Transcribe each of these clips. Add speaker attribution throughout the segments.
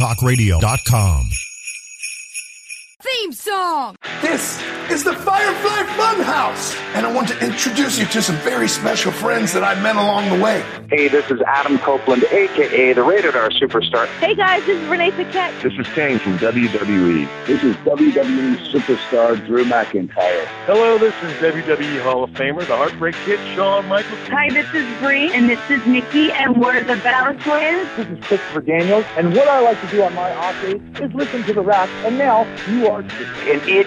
Speaker 1: WildTalkRadio.com.
Speaker 2: Theme song!
Speaker 3: This is the Firefly Funhouse, and I want to introduce you to some very special friends that I met along the way.
Speaker 4: Hey, this is Adam Copeland, aka the Rated R Superstar.
Speaker 5: Hey guys, this is Renee Paquette.
Speaker 6: This is Kane from WWE.
Speaker 7: This is WWE Superstar Drew McIntyre.
Speaker 8: Hello, this is WWE Hall of Famer, the Heartbreak Kid, Shawn Michaels.
Speaker 9: Hi, this is Bree, and this is Nikki, and we're the Battle Twins.
Speaker 10: This is Christopher Daniels, and what I like to do on my off days is listen to the rap, and now you are.
Speaker 4: And it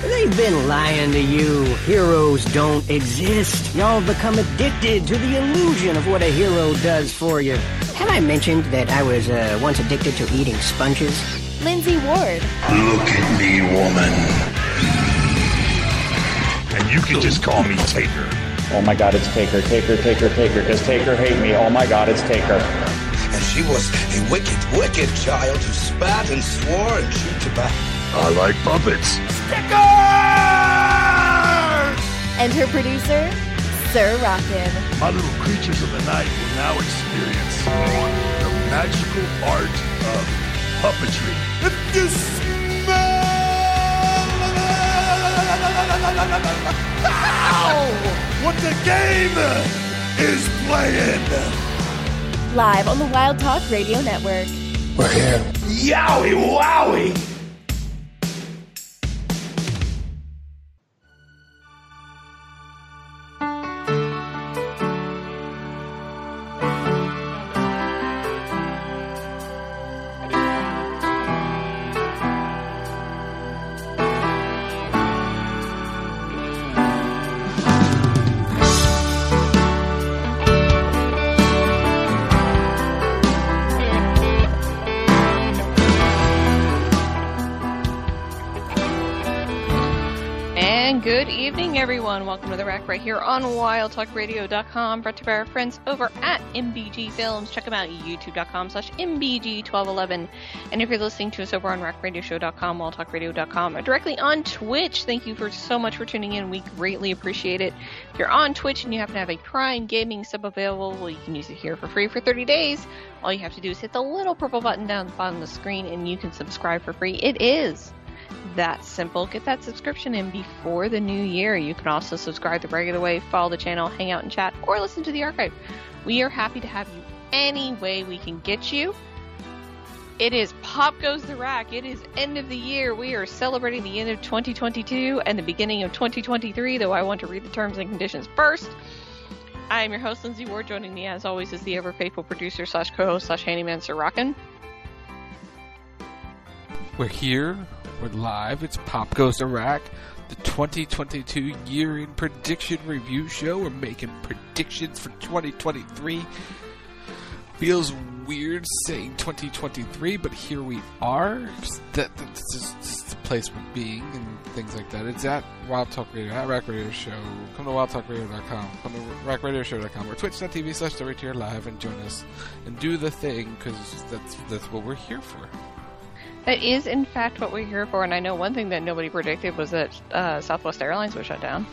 Speaker 11: They've been lying to you. Heroes don't exist. Y'all become addicted to the illusion of what a hero does for you. Have I mentioned that I was uh, once addicted to eating sponges?
Speaker 12: Lindsay Ward.
Speaker 13: Look at me, woman.
Speaker 14: And you can just call me Taker.
Speaker 15: Oh my god, it's Taker, Taker, Taker, Taker. Does Taker hate me? Oh my god, it's Taker.
Speaker 16: And she was a wicked, wicked child who spat and swore and chewed tobacco.
Speaker 14: I like puppets.
Speaker 3: Stickers!
Speaker 12: And her producer, Sir Rockin.
Speaker 14: My little creatures of the night will now experience the magical art of puppetry.
Speaker 3: If you smell what the game is playing.
Speaker 12: Live on the Wild Talk Radio Network.
Speaker 3: We're here. Yowie wowie!
Speaker 17: everyone. Welcome to The Rack right here on WildTalkRadio.com. Brought to you by our friends over at MBG Films. Check them out at YouTube.com slash MBG1211. And if you're listening to us over on RackRadioShow.com, WildTalkRadio.com, or directly on Twitch, thank you for so much for tuning in. We greatly appreciate it. If you're on Twitch and you happen to have a Prime Gaming sub available, well, you can use it here for free for 30 days. All you have to do is hit the little purple button down at the bottom of the screen and you can subscribe for free. It is that simple. Get that subscription in before the new year. You can also subscribe the regular way, follow the channel, hang out and chat, or listen to the archive. We are happy to have you any way we can get you. It is Pop Goes the Rack. It is end of the year. We are celebrating the end of 2022 and the beginning of 2023, though I want to read the terms and conditions first. I am your host, Lindsay Ward. Joining me, as always, is the ever faithful producer slash co host slash handyman, Sir Rockin.
Speaker 18: We're here. We're live. It's Pop Goes Iraq, the 2022 year in prediction review show. We're making predictions for 2023. Feels weird saying 2023, but here we are. That, that's just, just the place we're being and things like that. It's at Wild Talk Radio, at Rack Radio Show. Come to wildtalkradio.com, come to rackradioshow.com, or twitch.tv slash WTR Live and join us and do the thing because that's, that's what we're here for.
Speaker 17: That is, in fact, what we're here for. And I know one thing that nobody predicted was that uh, Southwest Airlines was shut down.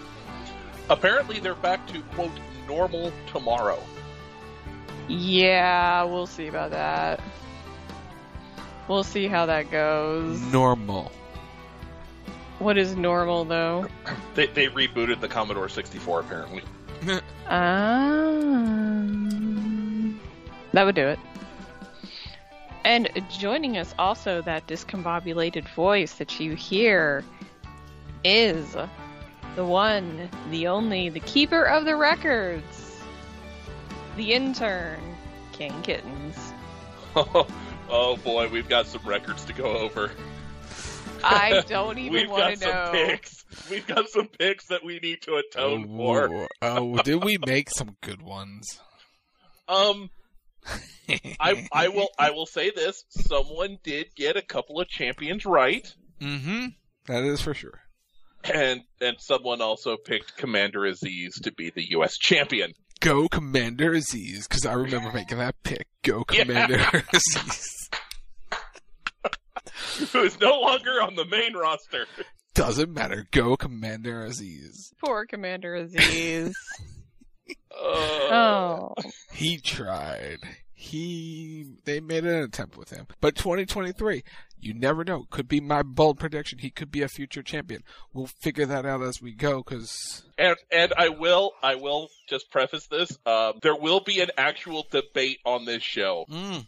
Speaker 19: Apparently, they're back to quote normal tomorrow.
Speaker 17: Yeah, we'll see about that. We'll see how that goes.
Speaker 18: Normal.
Speaker 17: What is normal, though?
Speaker 19: they, they rebooted the Commodore 64, apparently.
Speaker 17: um, that would do it. And joining us also, that discombobulated voice that you hear is the one, the only, the keeper of the records, the intern, King Kittens.
Speaker 19: Oh, oh boy, we've got some records to go over.
Speaker 17: I don't even want to know.
Speaker 19: Picks. We've got some picks that we need to atone
Speaker 18: oh,
Speaker 19: for.
Speaker 18: oh, did we make some good ones?
Speaker 19: Um, I I will I will say this: someone did get a couple of champions right,
Speaker 18: Mm-hmm. That is for sure.
Speaker 19: and and someone also picked Commander Aziz to be the U.S. champion.
Speaker 18: Go Commander Aziz, because I remember making that pick. Go Commander Aziz.
Speaker 19: Who is no longer on the main roster?
Speaker 18: Doesn't matter. Go Commander Aziz.
Speaker 17: Poor Commander Aziz.
Speaker 19: oh.
Speaker 18: He tried. He they made an attempt with him. But 2023, you never know. Could be my bold prediction. He could be a future champion. We'll figure that out as we go cuz
Speaker 19: And and I will I will just preface this. Um, there will be an actual debate on this show.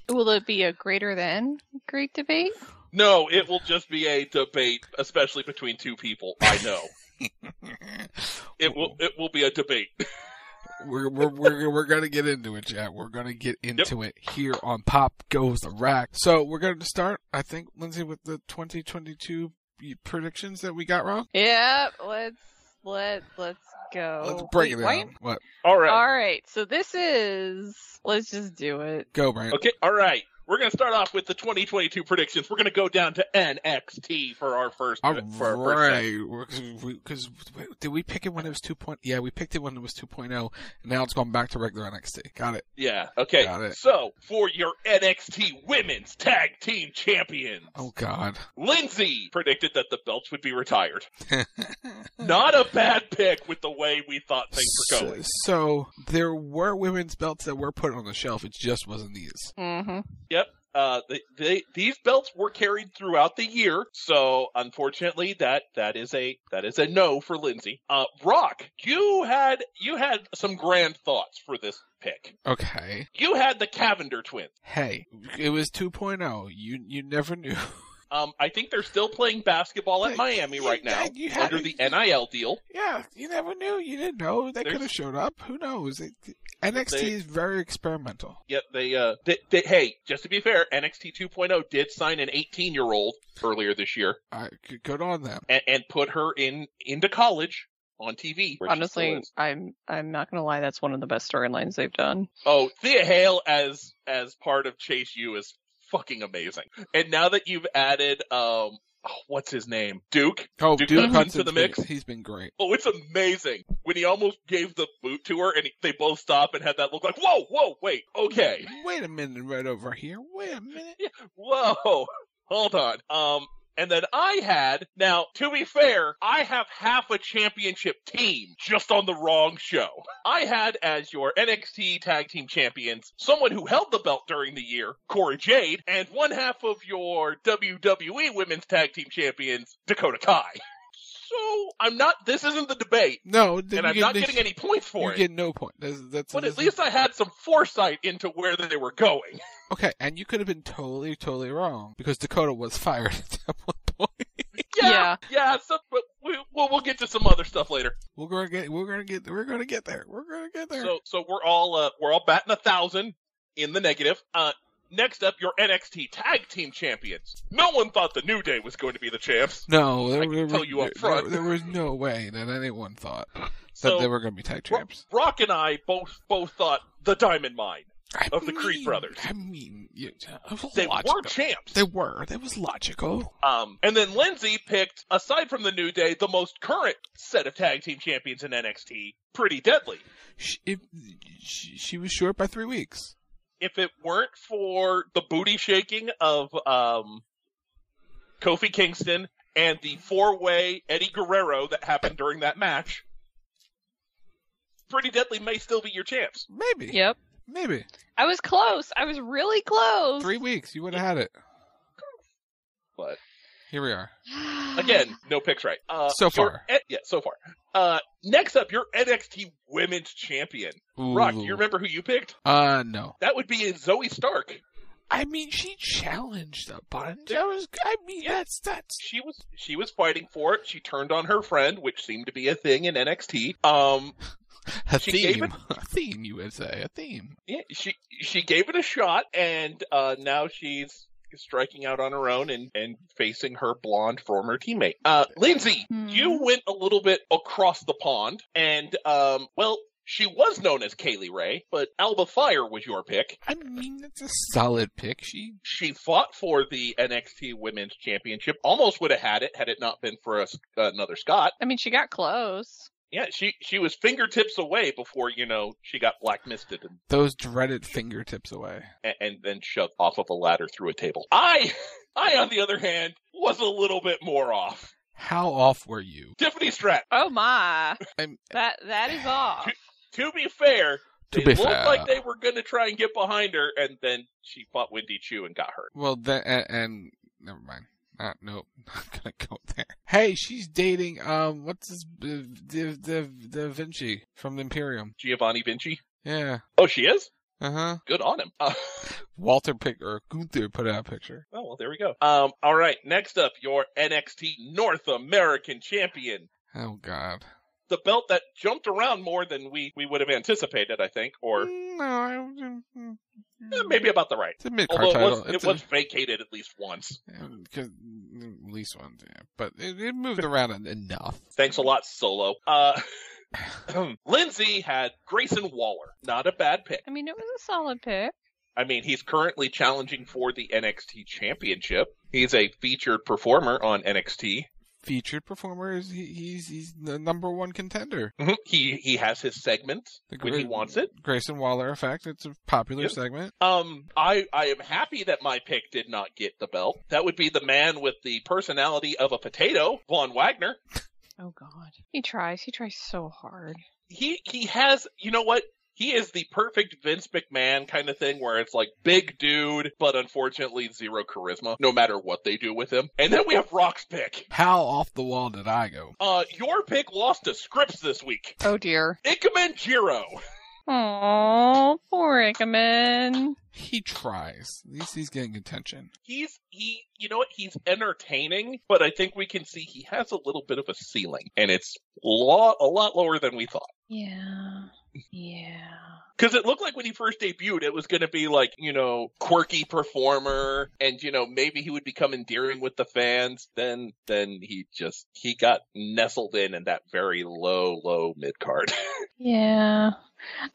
Speaker 17: Will it be a greater than Greek debate?
Speaker 19: No, it will just be a debate, especially between two people. I know. it will it will be a debate.
Speaker 18: we're we're we're, we're going to get into it, chat. We're going to get into it here on Pop Goes the Rack. So, we're going to start I think Lindsay with the 2022 predictions that we got wrong.
Speaker 17: Yep. Let's let let's go.
Speaker 18: Let's break it
Speaker 17: Oh, Wait,
Speaker 18: down.
Speaker 17: why-
Speaker 18: What?
Speaker 19: All right.
Speaker 17: All right. So this is. Let's just do it.
Speaker 18: Go, Brian.
Speaker 19: Okay, all right. We're going to start off with the 2022 predictions. We're going to go down to NXT for our first.
Speaker 18: All
Speaker 19: for our first
Speaker 18: right. Because did we pick it when it was 2.0? Yeah, we picked it when it was 2.0, and now it's going back to regular NXT. Got it.
Speaker 19: Yeah. Okay.
Speaker 18: Got it.
Speaker 19: So for your NXT Women's Tag Team Champions,
Speaker 18: Oh, God.
Speaker 19: Lindsay predicted that the belts would be retired. Not a bad pick with the way we thought things were
Speaker 18: So,
Speaker 19: going.
Speaker 18: so there were women's belts that were put on the shelf. It just wasn't these.
Speaker 17: Mm-hmm.
Speaker 19: Yep. Uh, they, they, these belts were carried throughout the year, so unfortunately, that that is a that is a no for Lindsay. Uh, Rock, you had you had some grand thoughts for this pick.
Speaker 18: Okay.
Speaker 19: You had the Cavender twins.
Speaker 18: Hey, it was 2.0. You you never knew.
Speaker 19: Um, I think they're still playing basketball at Miami right now
Speaker 18: you had-
Speaker 19: under the NIL deal.
Speaker 18: yeah, you never knew. You didn't know. They
Speaker 19: There's-
Speaker 18: could have showed up. Who knows? It, NXT
Speaker 19: They-
Speaker 18: is very experimental.
Speaker 19: Yet they, uh, they, they, hey, just to be fair, NXT 2.0 did sign an 18 year old earlier this year
Speaker 18: All right, good- good on them.
Speaker 19: and, and put her in into college on TV. where she still
Speaker 17: Honestly,
Speaker 19: is.
Speaker 17: I'm I'm not gonna lie. That's one of the best storylines they've done.
Speaker 19: oh, Thea Hale as as part of Chase U is fucking amazing. And now that you've added, um, oh, what's his name, Duke?
Speaker 18: Oh,
Speaker 19: Duke
Speaker 18: Duke,
Speaker 19: Hudson's
Speaker 18: Hudson's
Speaker 19: to the
Speaker 18: been-
Speaker 19: mix?
Speaker 18: He's been great.
Speaker 19: Oh, it's amazing when he almost gave the boot to her, and he- they both stop and had that look like, "Whoa, whoa, wait, okay."
Speaker 18: Wait a minute, right over here. Wait a minute.
Speaker 19: Whoa, hold on. Um, and then I had, now, to be fair, I have half a championship team just on the wrong show. I had as your NXT tag team champions someone who held the belt during the year, Cora Jade, and one half of your WWE women's tag team champions, Dakota Kai. So I'm not, this isn't the debate,
Speaker 18: No, then
Speaker 19: and
Speaker 18: you
Speaker 19: I'm
Speaker 18: get
Speaker 19: not
Speaker 18: no-
Speaker 19: getting any points
Speaker 18: You
Speaker 19: for it.
Speaker 18: get no point. That's, that's
Speaker 19: But at
Speaker 18: that's-
Speaker 19: least I had some foresight into where they were going.
Speaker 18: okay, and you could have been totally, totally wrong because Dakota was fired at that point.
Speaker 19: Yeah, yeah. so, but we, we'll we'll get to some other stuff later.
Speaker 18: We're gonna get, we're gonna get, we're gonna get there. We're gonna get there.
Speaker 19: So so we're all uh, we're all batting a thousand in the negative. Uh, next up, your NXT Tag Team Champions. No one thought the New Day was going to be the champs.
Speaker 18: no, there,
Speaker 19: I can
Speaker 18: there,
Speaker 19: tell
Speaker 18: was-
Speaker 19: you up
Speaker 18: there-
Speaker 19: front.
Speaker 18: there was no way that anyone thought that
Speaker 19: So-
Speaker 18: they were gonna be tag
Speaker 19: Bro-
Speaker 18: champs.
Speaker 19: Brock and I both both thought the Diamond Mine of the Creed Brothers.
Speaker 18: I mean, you, it was
Speaker 19: They
Speaker 18: logical.
Speaker 19: were champs.
Speaker 18: They were. That was logical.
Speaker 19: Um, and then Lindsay picked, aside from the New Day, the most current set of tag team champions in NXT, Pretty Deadly.
Speaker 18: She, if, she, she was short by three weeks.
Speaker 19: if it weren't for the booty shaking of um, Kofi Kingston and the four way Eddie Guerrero that happened during that match, Pretty Deadly may still be your champs.
Speaker 18: Maybe.
Speaker 17: Yep.
Speaker 18: Maybe
Speaker 17: I was close. I was really close.
Speaker 18: three weeks. You would have had it.
Speaker 19: But
Speaker 18: Here we are.
Speaker 19: again, no picks right. Uh,
Speaker 18: So
Speaker 19: your-
Speaker 18: far.
Speaker 19: eh, yeah, so far. Uh, next up, your NXT Women's Champion. Rock, do you
Speaker 18: Ooh.
Speaker 19: remember who you picked?
Speaker 18: Uh, no.
Speaker 19: That would be Zoe Stark.
Speaker 18: I mean, she challenged the button. That was, I mean, that's that's.
Speaker 19: she was she was fighting for it. She turned on her friend, which seemed to be a thing in NXT. Um,
Speaker 18: A
Speaker 19: She gave
Speaker 18: theme, a theme, you would say, a theme.
Speaker 19: yeah, she she gave it a shot, and uh, now she's striking out on her own and and facing her blonde former teammate. Uh, Lindsay, you went a little bit across the pond, and um, well. She was known as Kaylee Ray, but Alba Fire was your pick.
Speaker 18: I mean, that's a solid pick. She
Speaker 19: she fought for the NXT Women's Championship. Almost would have had it had it not been for us another Scott.
Speaker 17: I mean, she got close.
Speaker 19: Yeah, she she was fingertips away before you know she got blacklisted and
Speaker 18: those dreaded fingertips away,
Speaker 19: and, and then shoved off of a ladder through a table. I I on the other hand was a little bit more off.
Speaker 18: How off were you,
Speaker 19: Tiffany Strat?
Speaker 17: Oh my, I'm, that that is off.
Speaker 19: To, to be fair,
Speaker 18: to
Speaker 19: they
Speaker 18: be
Speaker 19: looked
Speaker 18: fair.
Speaker 19: like they were going to try and get behind her, and then she fought Wendy Chu and got hurt.
Speaker 18: Well, that and, and never mind. Uh, no, not gonna go there. Hey, she's dating um, what's his uh, Da, Da, da Vinci from the Imperium?
Speaker 19: Giovanni Vinci.
Speaker 18: Yeah.
Speaker 19: Oh, she is.
Speaker 18: Uh huh.
Speaker 19: Good on him. Uh,
Speaker 18: Walter pick or Gunther put out a picture.
Speaker 19: oh well, there we go. Um, all right. Next up, your NXT North American Champion,
Speaker 18: Oh God.
Speaker 19: the belt that jumped around more than we we would have anticipated, I think, or
Speaker 18: Mm, No, I,
Speaker 19: eh, maybe about the right.
Speaker 18: mm. It's a mid-card
Speaker 19: Although it was,
Speaker 18: title. It's
Speaker 19: it was
Speaker 18: a-
Speaker 19: vacated at least once.
Speaker 18: because at mm, least one, yeah. but it, it moved around enough.
Speaker 19: Thanks a lot, Solo. Uh, Lindsay had Grayson Waller. Not a bad pick.
Speaker 17: I mean, it was a solid pick.
Speaker 19: I mean, he's currently challenging for the NXT Championship. He's a featured performer on NXT.
Speaker 18: Featured performer is he, he's he's the number one contender.
Speaker 19: Mhm. He he has his segment when he
Speaker 18: great-
Speaker 19: wants it.
Speaker 18: Grayson Waller effect. It's a popular
Speaker 19: Yep.
Speaker 18: segment.
Speaker 19: Um, I I am happy that my pick did not get the belt. That would be the man with the personality of a potato, Von Wagner.
Speaker 17: Oh god, he tries. He tries so hard.
Speaker 19: He he has you know what. He is the perfect Vince McMahon kind of thing where it's like big dude, but unfortunately zero charisma, no matter what they do with him. And then we have Rock's pick.
Speaker 18: How off the wall did I go?
Speaker 19: Uh, your pick lost to Scripps this week.
Speaker 17: Oh dear.
Speaker 19: Ikemen Jiro.
Speaker 17: Oh, poor Ikemen.
Speaker 18: He tries. At least he's getting attention.
Speaker 19: He's he, you know what? He's entertaining, but I think we can see he has a little bit of a ceiling, and it's lo- a lot lower than we thought.
Speaker 17: Yeah. Yeah.
Speaker 19: Because it looked like when he first debuted, it was going to be like you know quirky performer, and you know maybe he would become endearing with the fans. Then then he just he got nestled in in that very low low mid card.
Speaker 17: Yeah.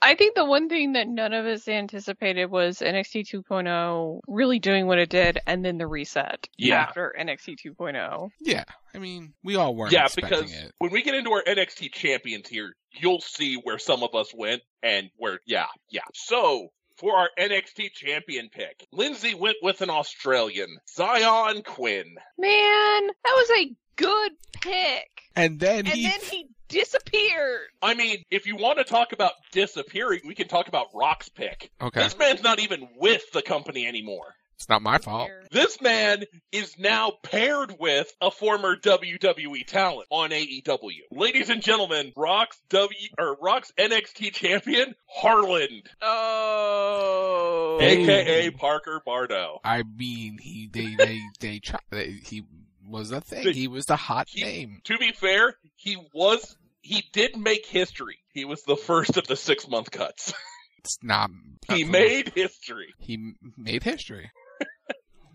Speaker 17: I think the one thing that none of us anticipated was NXT 2.0 really doing what it did and then the reset
Speaker 19: Yeah.
Speaker 17: after NXT 2.0.
Speaker 18: Yeah, I mean, we all weren't
Speaker 19: yeah,
Speaker 18: expecting
Speaker 19: because
Speaker 18: it.
Speaker 19: when we get into our NXT champions here, you'll see where some of us went and where, yeah, yeah. So, for our NXT champion pick, Lindsay went with an Australian, Zion Quinn.
Speaker 17: Man, that was a good pick.
Speaker 18: And then
Speaker 17: And
Speaker 18: he
Speaker 17: then he disappeared.
Speaker 19: I mean, if you want to talk about disappearing, we can talk about Rock's pick.
Speaker 18: Okay.
Speaker 19: This man's not even with the company anymore.
Speaker 18: It's not my fault.
Speaker 19: This man is now paired with a former WWE talent on AEW. Ladies and gentlemen, Rock's W or Rock's NXT champion, Harland.
Speaker 17: Oh.
Speaker 19: aka Parker Bardo.
Speaker 18: I mean, he they they they, try, they he was a thing.
Speaker 19: They-
Speaker 18: he was the hot
Speaker 19: he-
Speaker 18: name.
Speaker 19: To be fair, he was he did make history. He was the first of the six month cuts.
Speaker 18: It's not
Speaker 19: he
Speaker 18: not-
Speaker 19: made history.
Speaker 18: he m- made history.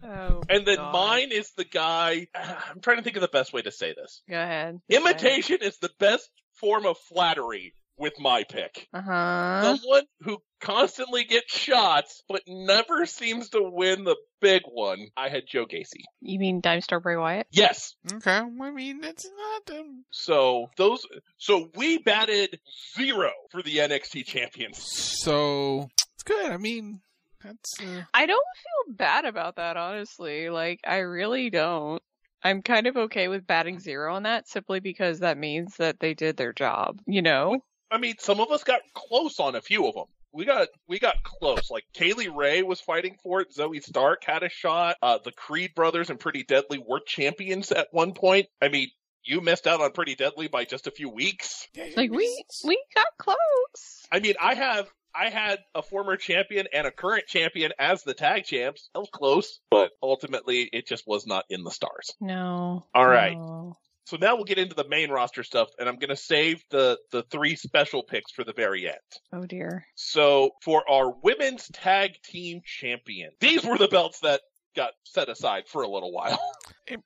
Speaker 17: Oh,
Speaker 19: And then
Speaker 17: God.
Speaker 19: mine is the guy. I'm trying to think of the best way to say this.
Speaker 17: Go ahead.
Speaker 19: Imitation is the best form of flattery with my pick.
Speaker 17: Uh huh.
Speaker 19: Someone who constantly gets shots but never seems to win the big one. I had Joe Gacy.
Speaker 17: You mean Dime Star Bray Wyatt?
Speaker 19: Yes.
Speaker 18: Okay, I mean, it's not. Um,
Speaker 19: So those so we batted zero for the NXT champions.
Speaker 18: so it's good. I mean, that's uh,
Speaker 17: I don't feel bad about that, honestly. Like, I really don't. I'm kind of okay with batting zero on that simply because that means that they did their job, you know?
Speaker 19: I mean, some of us got close on a few of them. We got we got close. Like Kaylee Ray was fighting for it. Zoe Stark had a shot. Uh, the Creed brothers and Pretty Deadly were champions at one point. I mean, you missed out on Pretty Deadly by just a few weeks.
Speaker 17: Like, we, we got close.
Speaker 19: I mean, I have I had a former champion and a current champion as the tag champs. That was close, but ultimately it just was not in the stars.
Speaker 17: No.
Speaker 19: All right.
Speaker 17: no.
Speaker 19: So now we'll get into the main roster stuff, and I'm going to save the the three special picks for the very end.
Speaker 17: Oh, dear.
Speaker 19: So for our women's tag team champion, these were the belts that got set aside for a little while.
Speaker 18: it,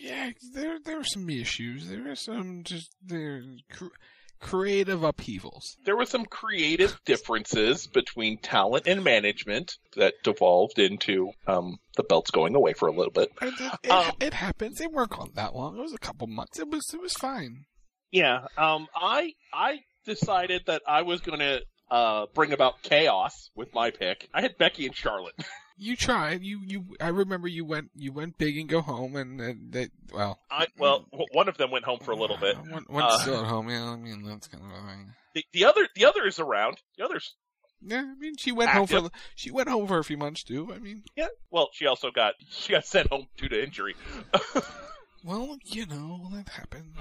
Speaker 18: yeah. There there were some issues. There were some just there. Cr- creative upheavals.
Speaker 19: There were some creative differences between talent and management that devolved into um, the belts going away for a little bit.
Speaker 18: It, it, it, um, it happens. It weren't gone that long. It was a couple months. It was it was fine.
Speaker 19: Yeah. Um. I I decided that I was going to uh, bring about chaos with my pick. I had Becky and Charlotte.
Speaker 18: you tried. You you. I remember you went you went big and go home, and, and they well.
Speaker 19: I well, one of them went home for a little bit.
Speaker 18: One, one's uh, still at home. Yeah, I mean that's kind of annoying.
Speaker 19: The, the other the other is around. The other's.
Speaker 18: Yeah, I mean she went active. home for she went home for a few months too. I mean.
Speaker 19: Yeah. Well, she also got she got sent home due to injury.
Speaker 18: well, you know that happens.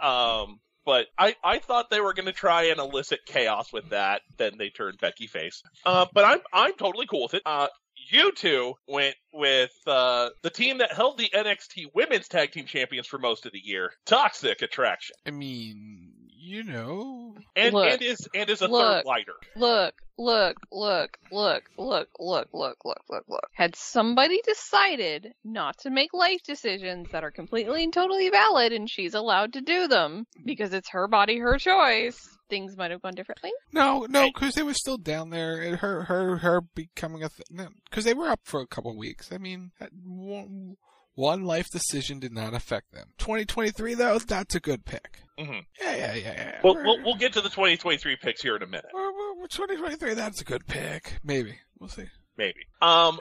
Speaker 19: Um but I, I thought they were going to try and elicit chaos with that. Then they turned Becky face. Uh, but I'm I'm totally cool with it. Uh, you two went with uh, the team that held the NXT Women's Tag Team Champions for most of the year, Toxic Attraction.
Speaker 18: I mean, you know,
Speaker 19: and look, and is and is a
Speaker 17: look,
Speaker 19: third lighter.
Speaker 17: Look, look, look, look, look, look, look, look, look, look. Had somebody decided not to make life decisions that are completely and totally valid, and she's allowed to do them because it's her body, her choice. Things might have gone differently.
Speaker 18: No, no, because they were still down there. Her, her, her becoming a because th- no, they were up for a couple weeks. I mean, one, one life decision did not affect them. 2023 though, that's a good pick.
Speaker 19: Mm-hmm.
Speaker 18: Yeah, yeah, yeah, yeah.
Speaker 19: We'll, we'll, we'll, get to the 2023 picks here in a minute.
Speaker 18: We're, we're, we're 2023, that's a good pick. Maybe. We'll see.
Speaker 19: Maybe. Um,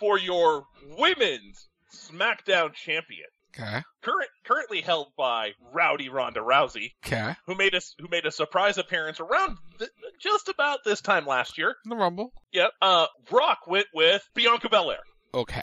Speaker 19: for your women's SmackDown champion.
Speaker 18: Okay.
Speaker 19: Current, currently held by Rowdy Ronda Rousey.
Speaker 18: Okay.
Speaker 19: Who made us who made a surprise appearance around th- just about this time last year.
Speaker 18: In the Rumble.
Speaker 19: Yep. Uh, Brock went with Bianca Belair.
Speaker 18: Okay.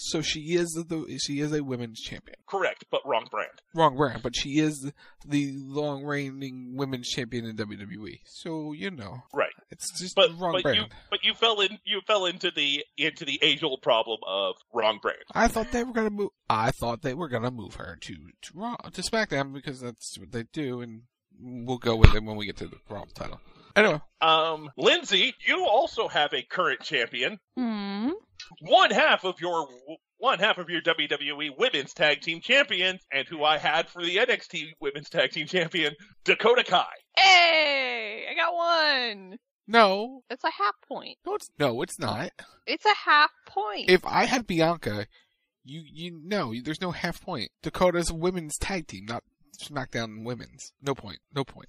Speaker 18: So she is the she is a women's champion.
Speaker 19: Correct, but wrong brand.
Speaker 18: Wrong brand, but she is the long reigning women's champion in WWE. So you know,
Speaker 19: right?
Speaker 18: It's just
Speaker 19: but,
Speaker 18: wrong
Speaker 19: but
Speaker 18: brand.
Speaker 19: You, but you fell in you fell into the into the age old problem of wrong brand.
Speaker 18: I thought they were gonna move. I thought they were gonna move her to to Raw to SmackDown because that's what they do, and we'll go with it when we get to the Raw title. Anyway,
Speaker 19: um, Lindsay, you also have a current champion.
Speaker 17: Mm
Speaker 19: one half of your one half of your WWE Women's Tag Team Champions, and who I had for the NXT Women's Tag Team Champion, Dakota Kai.
Speaker 17: Hey, I got one.
Speaker 18: No,
Speaker 17: it's a half point.
Speaker 18: No, it's no, it's not.
Speaker 17: It's a half point.
Speaker 18: If I had Bianca, you you no, there's no half point. Dakota's women's tag team, not SmackDown women's. No point. No point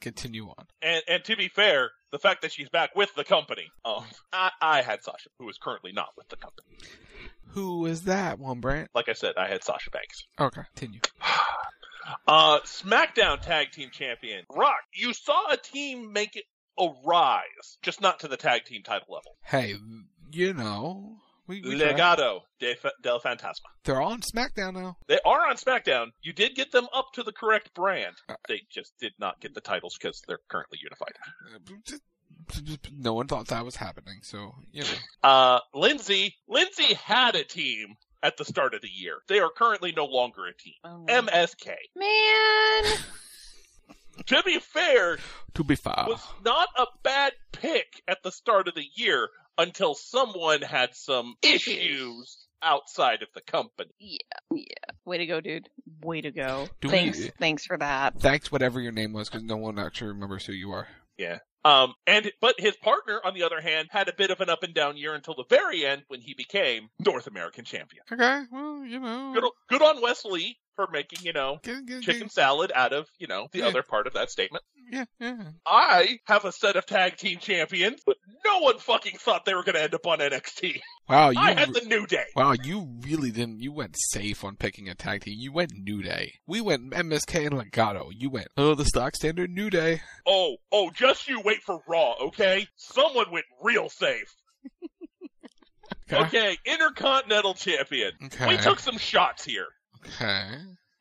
Speaker 18: continue on.
Speaker 19: And and to be fair, the fact that she's back with the company. Oh, I, I had Sasha, who is currently not with the company.
Speaker 18: Who was that one, Brant?
Speaker 19: Like I said, I had Sasha Banks.
Speaker 18: Okay, continue.
Speaker 19: uh, SmackDown Tag Team Champion Rock. You saw a team make it a rise, just not to the tag team title level.
Speaker 18: Hey, you know. We, we
Speaker 19: Legado de, del Fantasma.
Speaker 18: They're on SmackDown now.
Speaker 19: They are on SmackDown. You did get them up to the correct brand. Uh, they just did not get the titles because they're currently unified.
Speaker 18: No one thought that was happening, so you know.
Speaker 19: Uh, Lindsay, Lindsay had a team at the start of the year. They are currently no longer a team. Oh, MSK.
Speaker 17: Man.
Speaker 19: to be fair,
Speaker 18: to be fair,
Speaker 19: was not a bad pick at the start of the year until someone had some issues outside of the company.
Speaker 17: Yeah, yeah. Way to go, dude. Way to go. Do thanks, we, thanks for that.
Speaker 18: Thanks, whatever your name was, because no one actually remembers who you are.
Speaker 19: Yeah. Um, and but his partner, on the other hand, had a bit of an up and down year until the very end when he became North American champion.
Speaker 18: Okay, well, you know,
Speaker 19: good, good on Wesley for making you know get,
Speaker 18: Mm-hmm.
Speaker 19: get, chicken get. salad out of you know the yeah. other part of that statement.
Speaker 18: Yeah, yeah.
Speaker 19: I have a set of tag team champions, but no one fucking thought they were going to end up on NXT.
Speaker 18: Wow, you
Speaker 19: I had the New Day.
Speaker 18: Wow, you really didn't. You went safe on picking a tag team. You went New Day. We went MSK and Legato. You went oh the stock standard New Day.
Speaker 19: Oh, oh, just you wait for Raw, okay? Someone went real safe. okay. okay. Intercontinental Champion.
Speaker 18: Okay.
Speaker 19: We took some shots here.
Speaker 18: Okay.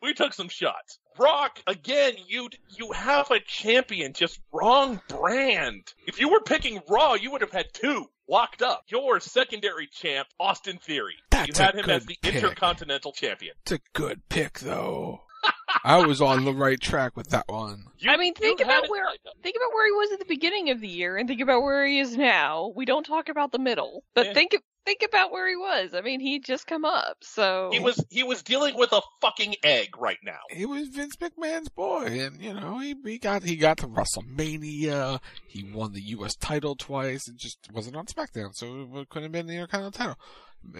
Speaker 19: We took some shots. Brock, again, you you have a champion, just wrong brand. If you were picking Raw, you would have had two locked up. Your secondary champ, Austin Theory.
Speaker 18: That's
Speaker 19: you had him
Speaker 18: good
Speaker 19: as the
Speaker 18: pick.
Speaker 19: Intercontinental Champion.
Speaker 18: It's a good pick, though. I was on the right track with that one.
Speaker 19: You,
Speaker 17: I mean, think about
Speaker 19: it,
Speaker 17: where think about where he was at the beginning of the year, and think about where he is now. We don't talk about the middle, but
Speaker 19: yeah.
Speaker 17: think think about where he was. I mean, he'd just come up, so
Speaker 19: He was he was dealing with a fucking egg right now.
Speaker 18: He was Vince McMahon's boy, and you know he, he got he got to WrestleMania. He won the U.S. title twice. It just wasn't on SmackDown, so it couldn't have been the Intercontinental title.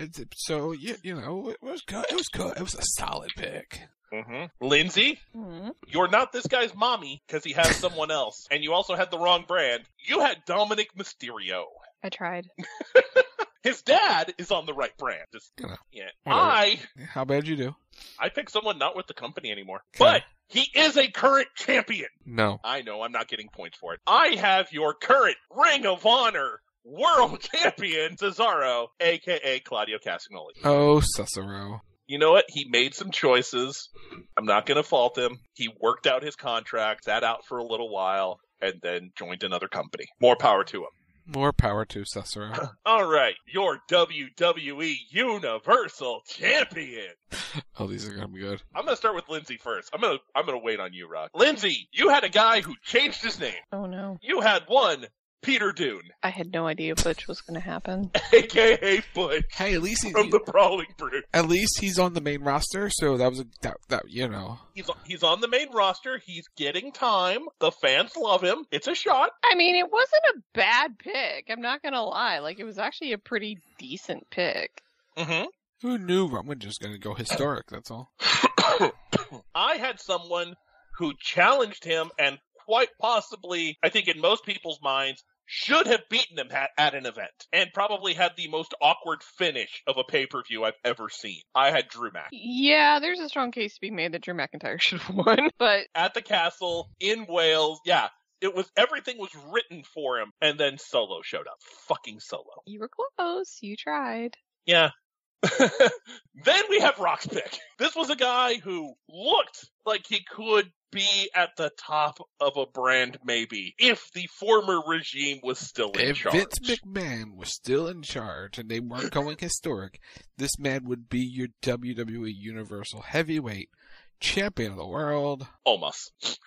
Speaker 18: It's- so you, you know it was good. It was good. It was a solid pick.
Speaker 19: Mm-hmm. Lindsay,
Speaker 17: Hmm.
Speaker 19: you're not this guy's mommy because he has someone else, and you also had the wrong brand. You had Dominic Mysterio.
Speaker 17: I tried.
Speaker 19: His dad is on the right brand. Just-
Speaker 18: know.
Speaker 19: yeah.
Speaker 18: Whatever.
Speaker 19: I
Speaker 18: How bad you do?
Speaker 19: I picked someone not with the company anymore, but he is a current champion.
Speaker 18: No.
Speaker 19: I know I'm not getting points for it. I have your current Ring of Honor World Champion Cesaro, aka Claudio Castagnoli.
Speaker 18: Oh, Cesaro.
Speaker 19: you know what? He made some choices. I'm not going to fault him. He worked out his contract, sat out for a little while, and then joined another company. More power to him.
Speaker 18: More power to Cesaro.
Speaker 19: All right, your WWE Universal Champion.
Speaker 18: oh, these are gonna be good.
Speaker 19: I'm going to start with Lindsay first. I'm going to I'm going to wait on you, Rock. Lindsay, you had a guy who changed his name.
Speaker 17: Oh no.
Speaker 19: You had one Peter Dune,
Speaker 17: I had no idea Butch was going to happen.
Speaker 19: aka Butch.
Speaker 18: Hey, at least he's
Speaker 19: from the Brawling Brute.
Speaker 18: At least he's on the main roster, so that was a, that that you know.
Speaker 19: He's he's on the main roster. He's getting time. The fans love him. It's a shot.
Speaker 17: I mean, it wasn't a bad pick. I'm not going to lie. Like, it was actually a pretty decent pick.
Speaker 19: Mm-hmm.
Speaker 18: Who knew Roman was gonna go historic? That's all.
Speaker 19: I had someone who challenged him and quite possibly, I think in most people's minds, should have beaten him at, at an event and probably had the most awkward finish of a pay per view I've ever seen. I had Drew Mac.
Speaker 17: Yeah, there's a strong case to be made that Drew McIntyre should have won, but
Speaker 19: At the castle in Wales, yeah. It was everything was written for him, and then Solo showed up. Fucking Solo.
Speaker 17: you were close. You tried.
Speaker 19: Yeah. then we have Rock's pick. This was a guy who looked like he could be at the top of a brand, maybe, if the former regime was still in
Speaker 18: If
Speaker 19: charge.
Speaker 18: Vince McMahon was still in charge and they weren't going historic, this man would be your WWE Universal Heavyweight Champion of the World.
Speaker 19: Almost.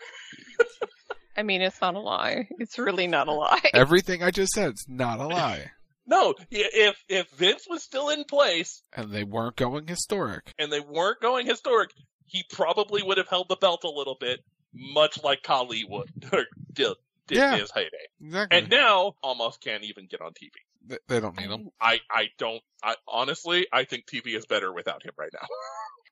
Speaker 17: I mean, it's not a lie. It's really not a lie.
Speaker 18: Everything I just said is not a lie,
Speaker 19: No, i- if if Vince was still in place
Speaker 18: and they weren't going historic.
Speaker 19: and they weren't going historic, he probably would have held the belt a little bit, much like Kali would or did, did
Speaker 18: Yeah.
Speaker 19: his heyday.
Speaker 18: Exactly.
Speaker 19: And now, almost can't even get on TV.
Speaker 18: They- they don't need him.
Speaker 19: I I don't. I honestly, I think TV is better without him right now.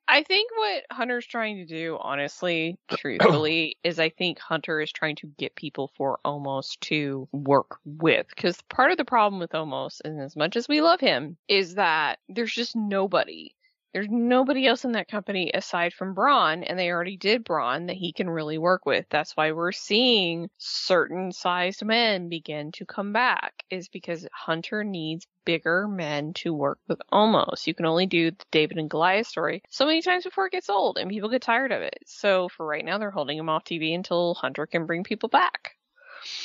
Speaker 17: I think what Hunter's trying to do, honestly, truthfully, is I think Hunter is trying to get people for Almost to work with. Because part of the problem with Almost, and as much as we love him, is that there's just nobody. There's nobody else in that company aside from Braun, and they already did Braun that he can really work with. That's why we're seeing certain sized men begin to come back, is because Hunter needs bigger men to work with almost. You can only do the David and Goliath story so many times before it gets old, and people get tired of it. So for right now, they're holding him off TV until Hunter can bring people back.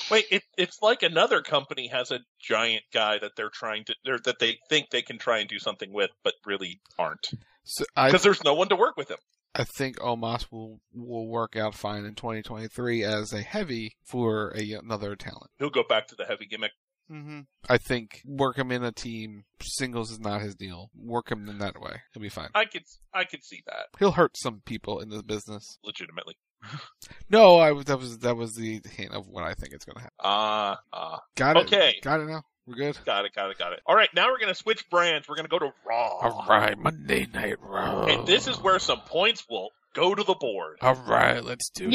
Speaker 19: Wait, it, it's like another company has a giant guy that they're trying to, they're, that they think they can try and do something with, but really aren't.
Speaker 18: So I,
Speaker 19: Because there's no one to work with him.
Speaker 18: I think Omos will will work out fine in 2023 as a heavy for a, another talent.
Speaker 19: He'll go back to the heavy gimmick.
Speaker 18: Mm-hmm. I think work him in a team. Singles is not his deal. Work him in that way. He'll be fine.
Speaker 19: I could, I could see that
Speaker 18: He'll hurt some people in the business.
Speaker 19: legitimately.
Speaker 18: No, I was that was that was the hint of what I think it's gonna happen.
Speaker 19: Ah, ah.
Speaker 18: Got it.
Speaker 19: Okay.
Speaker 18: Got it now. We're good.
Speaker 19: Got it, got it, got it. All right, now we're gonna switch brands. We're gonna go to Raw.
Speaker 18: All right, Monday Night Raw.
Speaker 19: And this is where some points will go to the board.
Speaker 18: All right, let's do it.
Speaker 19: Uh,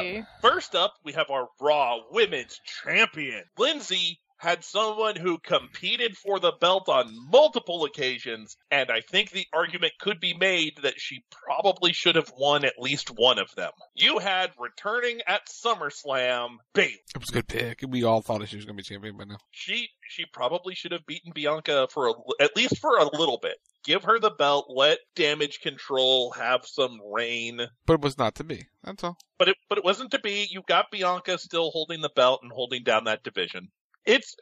Speaker 17: Yay!
Speaker 19: First up, we have our Raw Women's Champion. Lindsay had someone who competed for the belt on multiple occasions, and I think the argument could be made that she probably should have won at least one of them. You had returning at SummerSlam, Bailey.
Speaker 18: It was a good pick. We all thought she was gonna be champion by now.
Speaker 19: She she probably should have beaten Bianca for a, at least for a little bit. Give her the belt, let Damage Control have some reign.
Speaker 18: But it was not to be. That's all.
Speaker 19: but it but it wasn't to be. You've got Bianca still holding the belt and holding down that division. It's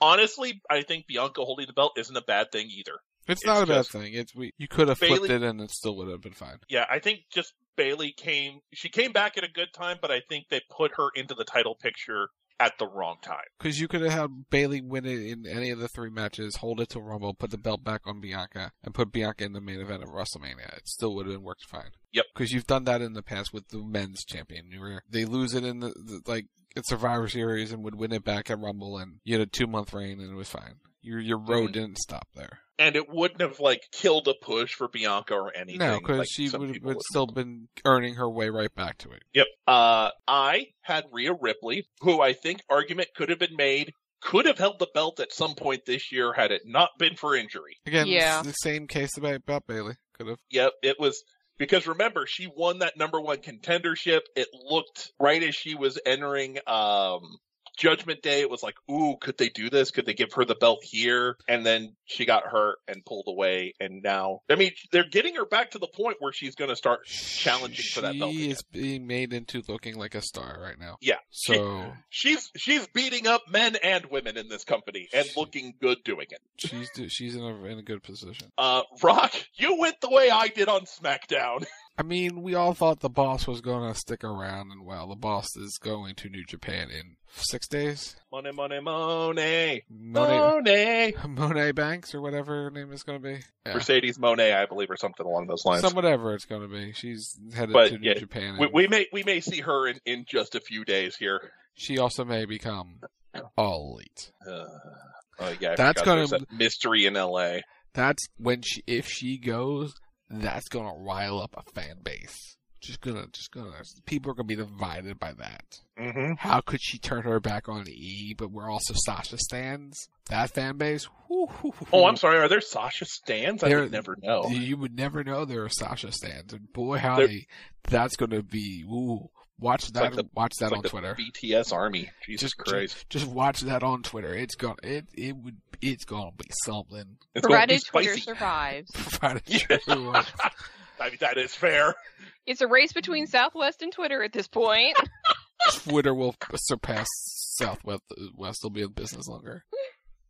Speaker 19: honestly, I think Bianca holding the belt isn't a bad thing either.
Speaker 18: It's, not a bad
Speaker 19: just-
Speaker 18: thing. It's we you could have flipped
Speaker 19: Bailey-
Speaker 18: it and it still would have been fine.
Speaker 19: Yeah, I think just Bailey came. She came back at a good time, but I think they put her into the title picture at the wrong time.
Speaker 18: Because you could have had Bailey win it in any of the three matches, hold it till Rumble, put the belt back on Bianca, and put Bianca in the main event of WrestleMania. It still would have worked fine.
Speaker 19: Yep.
Speaker 18: Because you've done that in the past with the men's champion. Where they lose it in the, the like at Survivor Series and would win it back at Rumble, and you had a two month reign, and it was fine. Your your road
Speaker 19: Mhm.
Speaker 18: didn't stop there.
Speaker 19: And it wouldn't have like killed a push for Bianca or anything.
Speaker 18: No, because
Speaker 19: like
Speaker 18: she
Speaker 19: some
Speaker 18: would
Speaker 19: people
Speaker 18: would still been earning her way right back to it.
Speaker 19: Yep. Uh, I had Rhea Ripley, who I think argument could have been made, could have held the belt at some point this year had it not been for injury.
Speaker 18: Again, it's the same case about, about Bailey. Could have.
Speaker 19: Yep. It was because remember she won that number one contendership. It looked right as she was entering um Judgment Day. It was like, ooh, could they do this? Could they give her the belt here? And then she got hurt and pulled away. And now, I mean, they're getting her back to the point where she's going to start challenging for that belt.
Speaker 18: She is being made into looking like a star right now.
Speaker 19: Yeah. She-
Speaker 18: So
Speaker 19: she's she's beating up men and women in this company and looking good doing it.
Speaker 18: she's do- she's in a in a good position.
Speaker 19: Uh, Rock, you went the way I did on SmackDown.
Speaker 18: I mean, we all thought the boss was going to stick around, and well, the boss is going to New Japan in six days.
Speaker 19: Money, money, money,
Speaker 18: Monet. Monet Banks or whatever her name is going to be. Yeah.
Speaker 19: Uh, Mercedes Monet, I believe, or something along those lines.
Speaker 18: Some whatever it's going to be. She's headed
Speaker 19: but
Speaker 18: to New
Speaker 19: yeah,
Speaker 18: Japan.
Speaker 19: we,
Speaker 18: and
Speaker 19: we may we may see her in, in just a few days here.
Speaker 18: she also may become all elite.
Speaker 19: Uh, oh yeah, I
Speaker 18: That's
Speaker 19: forgot
Speaker 18: gonna-
Speaker 19: there's that mystery in L.A.
Speaker 18: That's when she, if she goes, that's going to rile up a fan base. Just gonna, just gonna, people are gonna be divided by that.
Speaker 19: Mm-hmm.
Speaker 18: How could she turn her back on E, but we're also Sasha stands? That fan base? Whoo, whoo, whoo.
Speaker 19: Oh, I'm sorry. Are there Sasha stands? I
Speaker 18: There-
Speaker 19: would never know.
Speaker 18: You would never know there are Sasha stands, and boy howdy,
Speaker 19: There-
Speaker 18: that's going to be ooh. Watch that.
Speaker 19: like the-
Speaker 18: watch that
Speaker 19: it's like
Speaker 18: on
Speaker 19: the
Speaker 18: Twitter.
Speaker 19: BTS Army. Jesus
Speaker 18: Just-
Speaker 19: Christ.
Speaker 18: Just, just watch that on Twitter. It's gonna. It it would. It's gonna be something.
Speaker 19: It's gonna be
Speaker 17: Provided Twitter
Speaker 19: spicy.
Speaker 17: survives.
Speaker 18: Provided Twitter wants-
Speaker 19: I mean, that is fair.
Speaker 17: It's a race between Southwest and Twitter at this point.
Speaker 18: Twitter will surpass Southwest. West will be in business longer.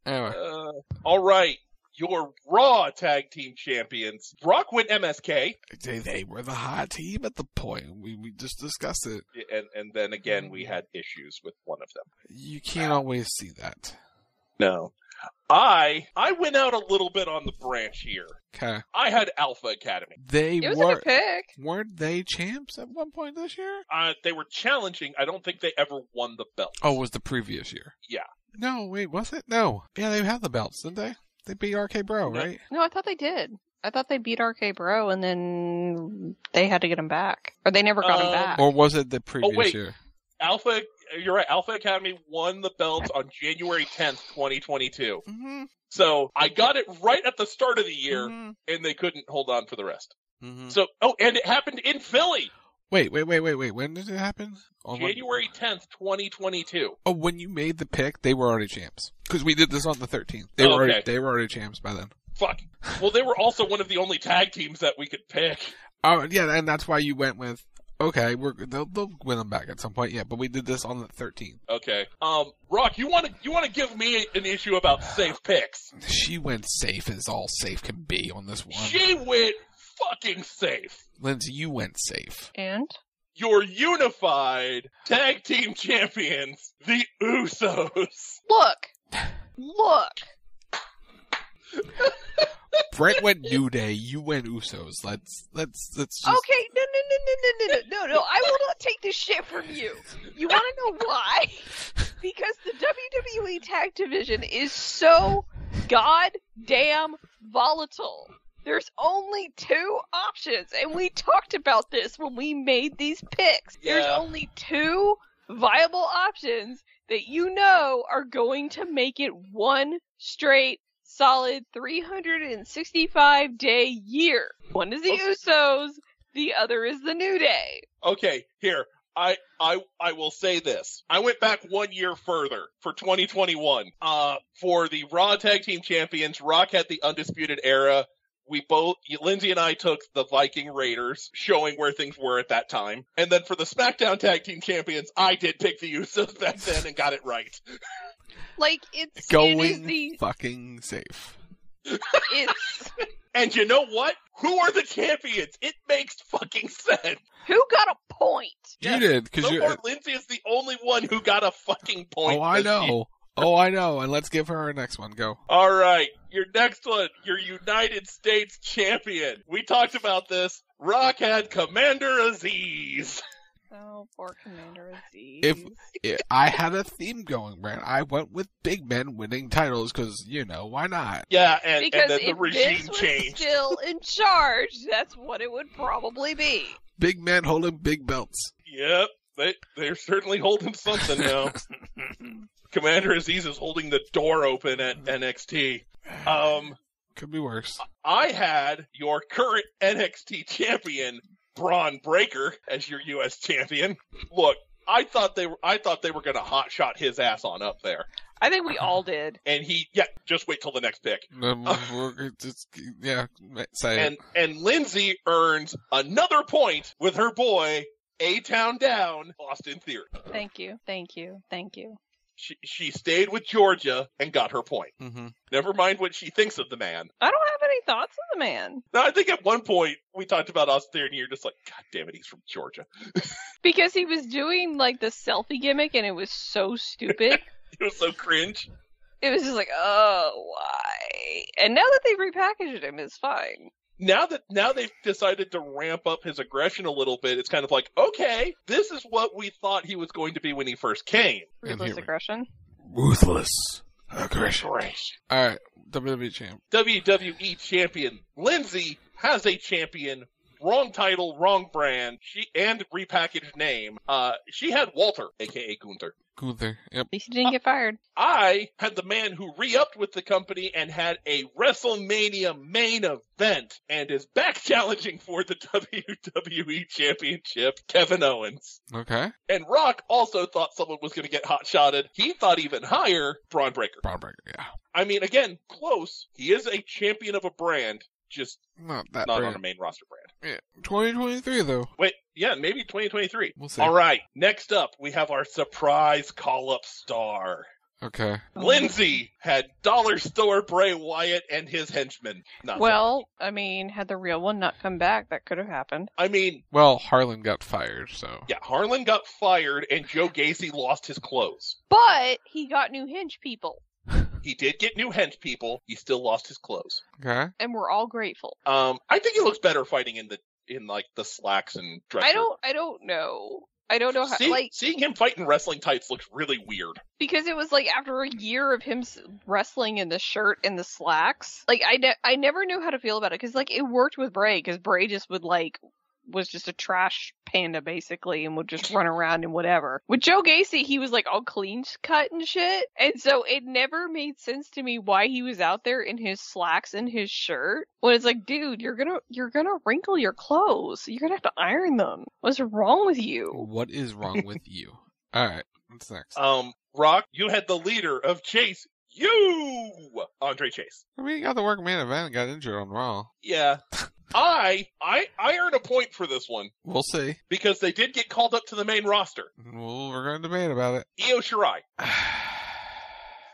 Speaker 18: Anyway,
Speaker 19: Uh, all right, your Raw Tag Team Champions, Brock went MSK,
Speaker 18: they, they were the hot team at the point. We we just discussed it.
Speaker 19: and and then again we had issues with one of them.
Speaker 18: You can't always see that.
Speaker 19: No. I I went out a little bit on the branch here.
Speaker 18: Okay.
Speaker 19: I had Alpha Academy.
Speaker 18: They
Speaker 17: It was a
Speaker 18: were
Speaker 17: good pick.
Speaker 18: weren't they champs at one point this year?
Speaker 19: Uh, they were challenging. I don't think they ever won the belt.
Speaker 18: Oh, it was the previous year.
Speaker 19: Yeah.
Speaker 18: No, wait, was it? No. Yeah, they had the belts, didn't they? They beat RK Bro,
Speaker 19: No.
Speaker 18: right?
Speaker 17: No, I thought they did. I thought they beat RK Bro and then they had to get him back. Or they never got him
Speaker 19: Um,
Speaker 17: back.
Speaker 18: Uh, Or was it the previous
Speaker 19: wait.
Speaker 18: year?
Speaker 19: Alpha, you're right. Alpha Academy won the belt on January 10th, 2022.
Speaker 18: Mhm.
Speaker 19: So I got it right at the start of the year,
Speaker 18: Mhm.
Speaker 19: and they couldn't hold on for the rest.
Speaker 18: Mhm.
Speaker 19: So, oh, and it happened in Philly,
Speaker 18: Wait, wait, wait, wait, wait. When did it happen? On what-
Speaker 19: January 10th, 2022.
Speaker 18: Oh, when you made the pick, they were already champs. Because we did this on the 13th. They
Speaker 19: Oh,
Speaker 18: were already,
Speaker 19: okay.
Speaker 18: they were already champs by then.
Speaker 19: Fuck. Well, they were also one of the only tag teams that we could pick.
Speaker 18: Oh, yeah, and that's why you went with okay, we're they'll, they'll win them back at some point. Yeah, but we did this on the 13th.
Speaker 19: Okay. Um, Rock, you want to you want to give me an issue about safe picks?
Speaker 18: She went safe as all safe can be on this one.
Speaker 19: She went fucking safe.
Speaker 18: Lindsay, you went safe.
Speaker 17: And?
Speaker 19: Your unified tag team champions, the Usos.
Speaker 17: Look! Look!
Speaker 18: Brett went New Day. You went Usos. Let's let's let's just
Speaker 17: Okay, no, no, no, no, no, no, no, no. I will not take this shit from you. You want to know why? Because the WWE tag division is so goddamn volatile. There's only two options, and we talked about this when we made these picks. There's
Speaker 19: Yeah.
Speaker 17: only two viable options that you know are going to make it one straight, solid 365 day year. One is the Usos, the other is the New Day.
Speaker 19: Okay, here. I, I I will say this. I went back one year further for 2021. Uh, for the Raw Tag Team Champions, Rock had the Undisputed Era. We both, Lindsay and I took the Viking Raiders, showing where things were at that time. And then for the SmackDown Tag Team Champions, I did pick the Usos back then and got it right.
Speaker 17: Like it's
Speaker 18: going
Speaker 17: it is the
Speaker 18: fucking safe.
Speaker 17: it's
Speaker 19: And you know what? Who are the champions? It makes fucking sense.
Speaker 17: who got a point.
Speaker 18: You did because
Speaker 19: So
Speaker 18: you.
Speaker 19: far, Lindsay is the only one who got a fucking point.
Speaker 18: Oh, I
Speaker 19: this year.
Speaker 18: know. Oh, I know. And let's give her our next one. Go.
Speaker 19: All right, your next one, your United States champion. We talked about this. Rock had Commander Aziz.
Speaker 17: Oh, poor Commander Aziz.
Speaker 18: If, if I had a theme going, Brand, I went with big men winning titles because you know why not?
Speaker 19: Yeah, and,
Speaker 17: because
Speaker 19: and then the
Speaker 17: if
Speaker 19: regime
Speaker 17: this was
Speaker 19: changed.
Speaker 17: still in charge, that's what it would probably be.
Speaker 18: Big men holding big belts.
Speaker 19: Yep, they they're certainly holding something now. Commander Aziz is holding the door open at NXT. Um,
Speaker 18: Could be worse.
Speaker 19: I had your current NXT champion Braun Breaker as your U.S. champion. Look, I thought they were I thought they were going to hot shot his ass on up there,
Speaker 17: I think we all did.
Speaker 19: and he yeah, just wait till the next pick.
Speaker 18: Um, we're- it's- yeah, say it.
Speaker 19: And and Lindsay earns another point with her boy A Town Down Austin Theory.
Speaker 17: Thank you, thank you, thank you.
Speaker 19: She she stayed with Georgia and got her point.
Speaker 18: Mm-hmm.
Speaker 19: Never mind what she thinks of the man.
Speaker 17: I don't have any thoughts on the man
Speaker 19: Now, I think at one point we talked about Austin Theory, and you're just like, God damn it, he's from Georgia.
Speaker 17: because he was doing like the selfie gimmick, and it was so stupid.
Speaker 19: It was so cringe.
Speaker 17: it was just like, oh, why? And now that they repackaged him, it's fine.
Speaker 19: Now that now they've decided to ramp up his aggression a little bit, it's kind of like, okay, this is what we thought he was going to be when he first came.
Speaker 17: Ruthless aggression.
Speaker 18: Ruthless aggression. All right, WWE E champ.
Speaker 19: WWE E champion Lindsay has a champion. Wrong title, wrong brand. She and repackaged name. Uh, she had Walter, aka Gunther.
Speaker 18: Gunther. Yep.
Speaker 17: At least he didn't get fired.
Speaker 19: I had the man who re-upped with the company and had a WrestleMania main event and is back challenging for the WWE Championship, Kevin Owens.
Speaker 18: Okay.
Speaker 19: And Rock also thought someone was going to get hot shotted. He thought even higher, Braun Breaker.
Speaker 18: Braun Breaker. Yeah.
Speaker 19: I mean, again, close. He is a champion of a brand, just
Speaker 18: Not that.
Speaker 19: not
Speaker 18: brand.
Speaker 19: on a main roster brand.
Speaker 18: Yeah. 2023 though.
Speaker 19: Wait, yeah, maybe 2023.
Speaker 18: We'll see.
Speaker 19: All right, next up, we have our surprise call-up star.
Speaker 18: Okay.
Speaker 17: Oh.
Speaker 19: Lindsay had dollar store Bray Wyatt and his henchmen. Not
Speaker 17: Well, I mean, had the real one not come back, that could have happened.
Speaker 19: I mean,
Speaker 18: Well, Harlan got fired, so
Speaker 19: yeah, Harlan got fired and Joe Gacy lost his clothes.
Speaker 17: But he got new hinge people,
Speaker 19: He did get new hench people. He still lost his clothes.
Speaker 18: okay.
Speaker 17: and we're all grateful.
Speaker 19: Um, I think he looks better fighting in the in like the slacks and dress.
Speaker 17: I don't, I don't know. I don't know how,
Speaker 19: See,
Speaker 17: like,
Speaker 19: seeing him fight in wrestling tights looks really weird.
Speaker 17: because it was like after a year of him s- wrestling in the shirt and the slacks. Like, I, ne- I never knew how to feel about it because, like, it worked with Bray because Bray just would like was just a trash panda basically and would just run around and whatever. With Joe Gacy, he was like all clean cut and shit. And so it never made sense to me why he was out there in his slacks and his shirt. When it's like, dude, you're gonna you're gonna wrinkle your clothes. You're gonna have to iron them. What's wrong with you?
Speaker 18: What is wrong with you? All right. What's next?
Speaker 19: Um, Rock, you had the leader of Chase. You, Andre Chase.
Speaker 18: I mean, he got the work man event and got injured on Raw.
Speaker 19: Yeah. I, I, I earn a point for this one
Speaker 18: We'll see.
Speaker 19: because they did get called up to the main roster.
Speaker 18: Well, we're going to debate about it.
Speaker 19: Io Shirai.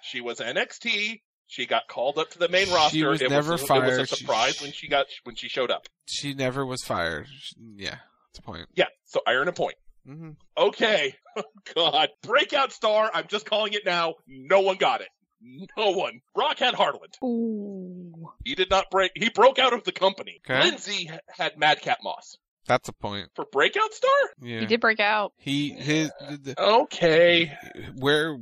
Speaker 19: She was NXT. She got called up to the main
Speaker 18: She
Speaker 19: roster.
Speaker 18: was
Speaker 19: it
Speaker 18: never
Speaker 19: was, It
Speaker 18: fired.
Speaker 19: was a
Speaker 18: She-
Speaker 19: surprise when she got when she showed up.
Speaker 18: She never was fired. She- yeah, that's a point.
Speaker 19: Yeah, so I earn a point.
Speaker 18: Mm-hmm.
Speaker 19: Okay. Oh, God. Breakout star. I'm just calling it now. No one got it. No one. Rock had Harland.
Speaker 17: Ooh.
Speaker 19: He did not break. He broke out of the company.
Speaker 18: Okay.
Speaker 19: Lindsay h- had Madcap Moss
Speaker 18: That's a point.
Speaker 19: for breakout star.
Speaker 18: Yeah.
Speaker 17: He did break out.
Speaker 18: He his the, the-
Speaker 19: Okay.
Speaker 18: where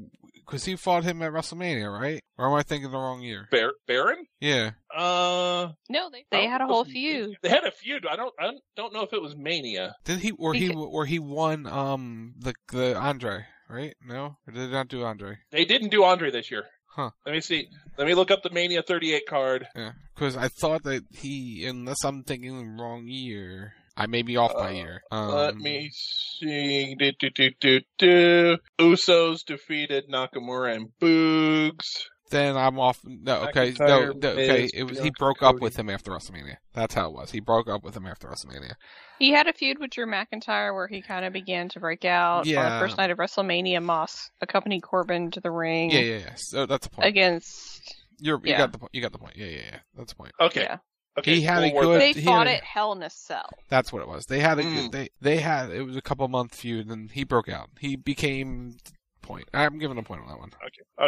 Speaker 18: because he fought him at WrestleMania, right? Or am I thinking the wrong year?
Speaker 19: Bar- Baron.
Speaker 18: Yeah.
Speaker 19: Uh,
Speaker 17: No, they they had a whole feud.
Speaker 19: they had a feud. I don't. I don't know if it was Mania.
Speaker 18: Did he or he
Speaker 17: Beca-
Speaker 18: or he won um the the Andre right? No, or did they not do Andre?
Speaker 19: They didn't do Andre this year.
Speaker 18: Huh.
Speaker 19: Let me see. Let me look up the Mania 38 card.
Speaker 18: Yeah, because I thought that he unless I'm thinking the wrong year, I may be off by a year. Um,
Speaker 19: Uh, Let me see. Do, do, do, do, do. Usos defeated Nakamura and Boogs.
Speaker 18: Then I'm off. No, okay, no,
Speaker 19: McIntyre,
Speaker 18: no, okay.
Speaker 19: Miz,
Speaker 18: It was he
Speaker 19: Bianca,
Speaker 18: broke up
Speaker 19: Cody.
Speaker 18: with him after WrestleMania. That's how it was. He broke up with him after WrestleMania.
Speaker 17: He had a feud with Drew McIntyre where he kind of began to break out on
Speaker 18: Yeah.
Speaker 17: the first night of WrestleMania. Moss accompanied Corbin to the ring
Speaker 18: Yeah, yeah, yeah. So that's a point.
Speaker 17: against.
Speaker 18: You're, you
Speaker 17: Mm. yeah.
Speaker 18: got the point. You got the point. Yeah, yeah, yeah. That's a point.
Speaker 19: Okay.
Speaker 17: Yeah.
Speaker 18: he had a
Speaker 19: War
Speaker 18: good.
Speaker 17: they
Speaker 18: he
Speaker 17: fought
Speaker 18: had a-
Speaker 17: it Hell in a Cell.
Speaker 18: That's what it was. They had a good. They they had it was a couple month feud, and he broke out. He became point. I'm giving a point on that one.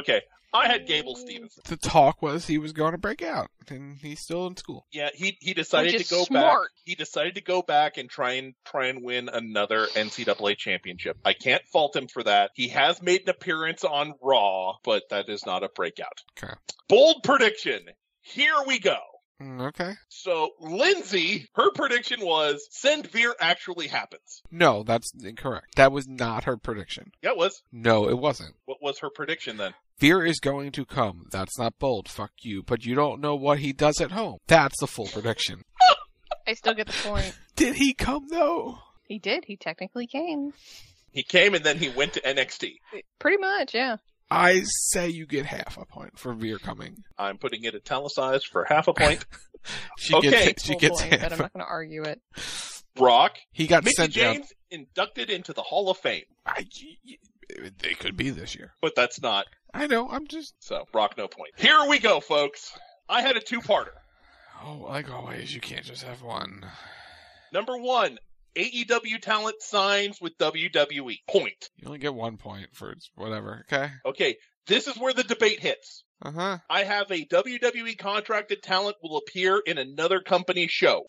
Speaker 19: Okay, I had Gable Stevenson.
Speaker 18: The talk was he was going to break out, and he's still in school.
Speaker 19: Yeah, he he decided
Speaker 17: Which is
Speaker 19: to go
Speaker 17: smart.
Speaker 19: back. He decided to go back and try and try and win another NCAA championship. I can't fault him for that. He has made an appearance on Raw, but that is not a breakout.
Speaker 18: Okay.
Speaker 19: Bold prediction. Here we go.
Speaker 18: Mm, Okay.
Speaker 19: So Lindsay, her prediction was send Veer actually happens.
Speaker 18: No, that's incorrect. That was not her prediction.
Speaker 19: Yeah, it was.
Speaker 18: No, it wasn't.
Speaker 19: What was her prediction then?
Speaker 18: Fear is going to come. That's not bold. Fuck you. But you don't know what he does at home. That's the full prediction.
Speaker 17: I still get the point.
Speaker 18: Did he come though?
Speaker 17: He did. He technically came.
Speaker 19: He came and then he went to NXT.
Speaker 17: Pretty much, yeah.
Speaker 18: I say you get half a point for Veer coming.
Speaker 19: I'm putting it italicized for half a point.
Speaker 18: She
Speaker 19: okay.
Speaker 18: gets she
Speaker 17: Oh,
Speaker 18: gets
Speaker 17: boy,
Speaker 18: half.
Speaker 17: but I'm not going to argue it.
Speaker 19: Brock.
Speaker 18: He got
Speaker 19: Mickey
Speaker 18: sent down.
Speaker 19: James inducted into the Hall of Fame,
Speaker 18: They could be this year.
Speaker 19: but that's not.
Speaker 18: I know. I'm just
Speaker 19: So Brock, no point. Here we go, folks. I had a two-parter.
Speaker 18: oh, like always. You can't just have one.
Speaker 19: Number one, AEW talent signs with WWE. Point.
Speaker 18: You only get one point for whatever. Okay.
Speaker 19: Okay, this is where the debate hits.
Speaker 18: Uh huh.
Speaker 19: I have a WWE contracted talent will appear in another company show.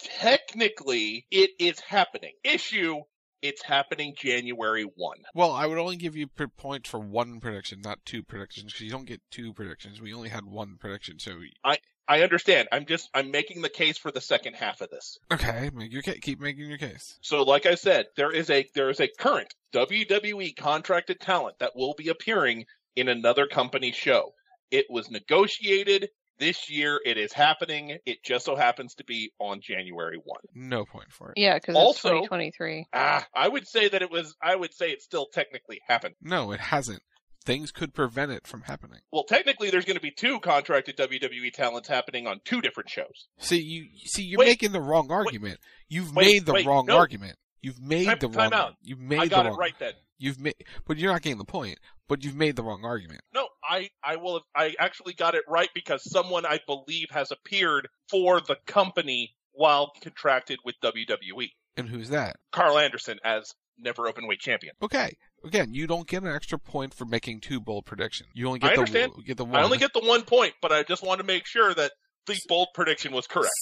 Speaker 19: Technically, it is happening. Issue, it's happening January 1.
Speaker 18: Well, I would only give you per point for one prediction, not two predictions, because you don't get two predictions. We only had one prediction, so
Speaker 19: I I understand. I'm just I'm making the case for the second half of this.
Speaker 18: okay. Make your case. Keep making your case.
Speaker 19: So like I said, there is a there is a current WWE contracted talent that will be appearing in another company show. It was negotiated this year. It is happening. It just so happens to be on January 1.
Speaker 18: No point for it.
Speaker 17: Yeah, because it's
Speaker 19: Also-
Speaker 17: 2023.
Speaker 19: Ah, I would say that it was I would say it still technically happened.
Speaker 18: No, it hasn't. Things could prevent it from happening.
Speaker 19: Well, technically there's going to be two contracted WWE talents happening on two different shows.
Speaker 18: See you. See you're
Speaker 19: Wait,
Speaker 18: making the wrong argument. You've
Speaker 19: wait,
Speaker 18: made the
Speaker 19: wait,
Speaker 18: wrong
Speaker 19: no.
Speaker 18: argument. You've made
Speaker 19: Time-
Speaker 18: the wrong.
Speaker 19: time out.
Speaker 18: You've made
Speaker 19: I got
Speaker 18: the
Speaker 19: it
Speaker 18: wrong.
Speaker 19: right then.
Speaker 18: You've made, but you're not getting the point. But you've made the wrong argument.
Speaker 19: No, I, I will have, I actually got it right because someone I believe has appeared for the company while contracted with WWE.
Speaker 18: And who's that?
Speaker 19: Carl Anderson as never open weight champion.
Speaker 18: Okay. Again, you don't get an extra point for making two bold predictions. You only get
Speaker 19: I
Speaker 18: the
Speaker 19: understand.
Speaker 18: get the one.
Speaker 19: I only get the one point, but I just want to make sure that the bold prediction was correct.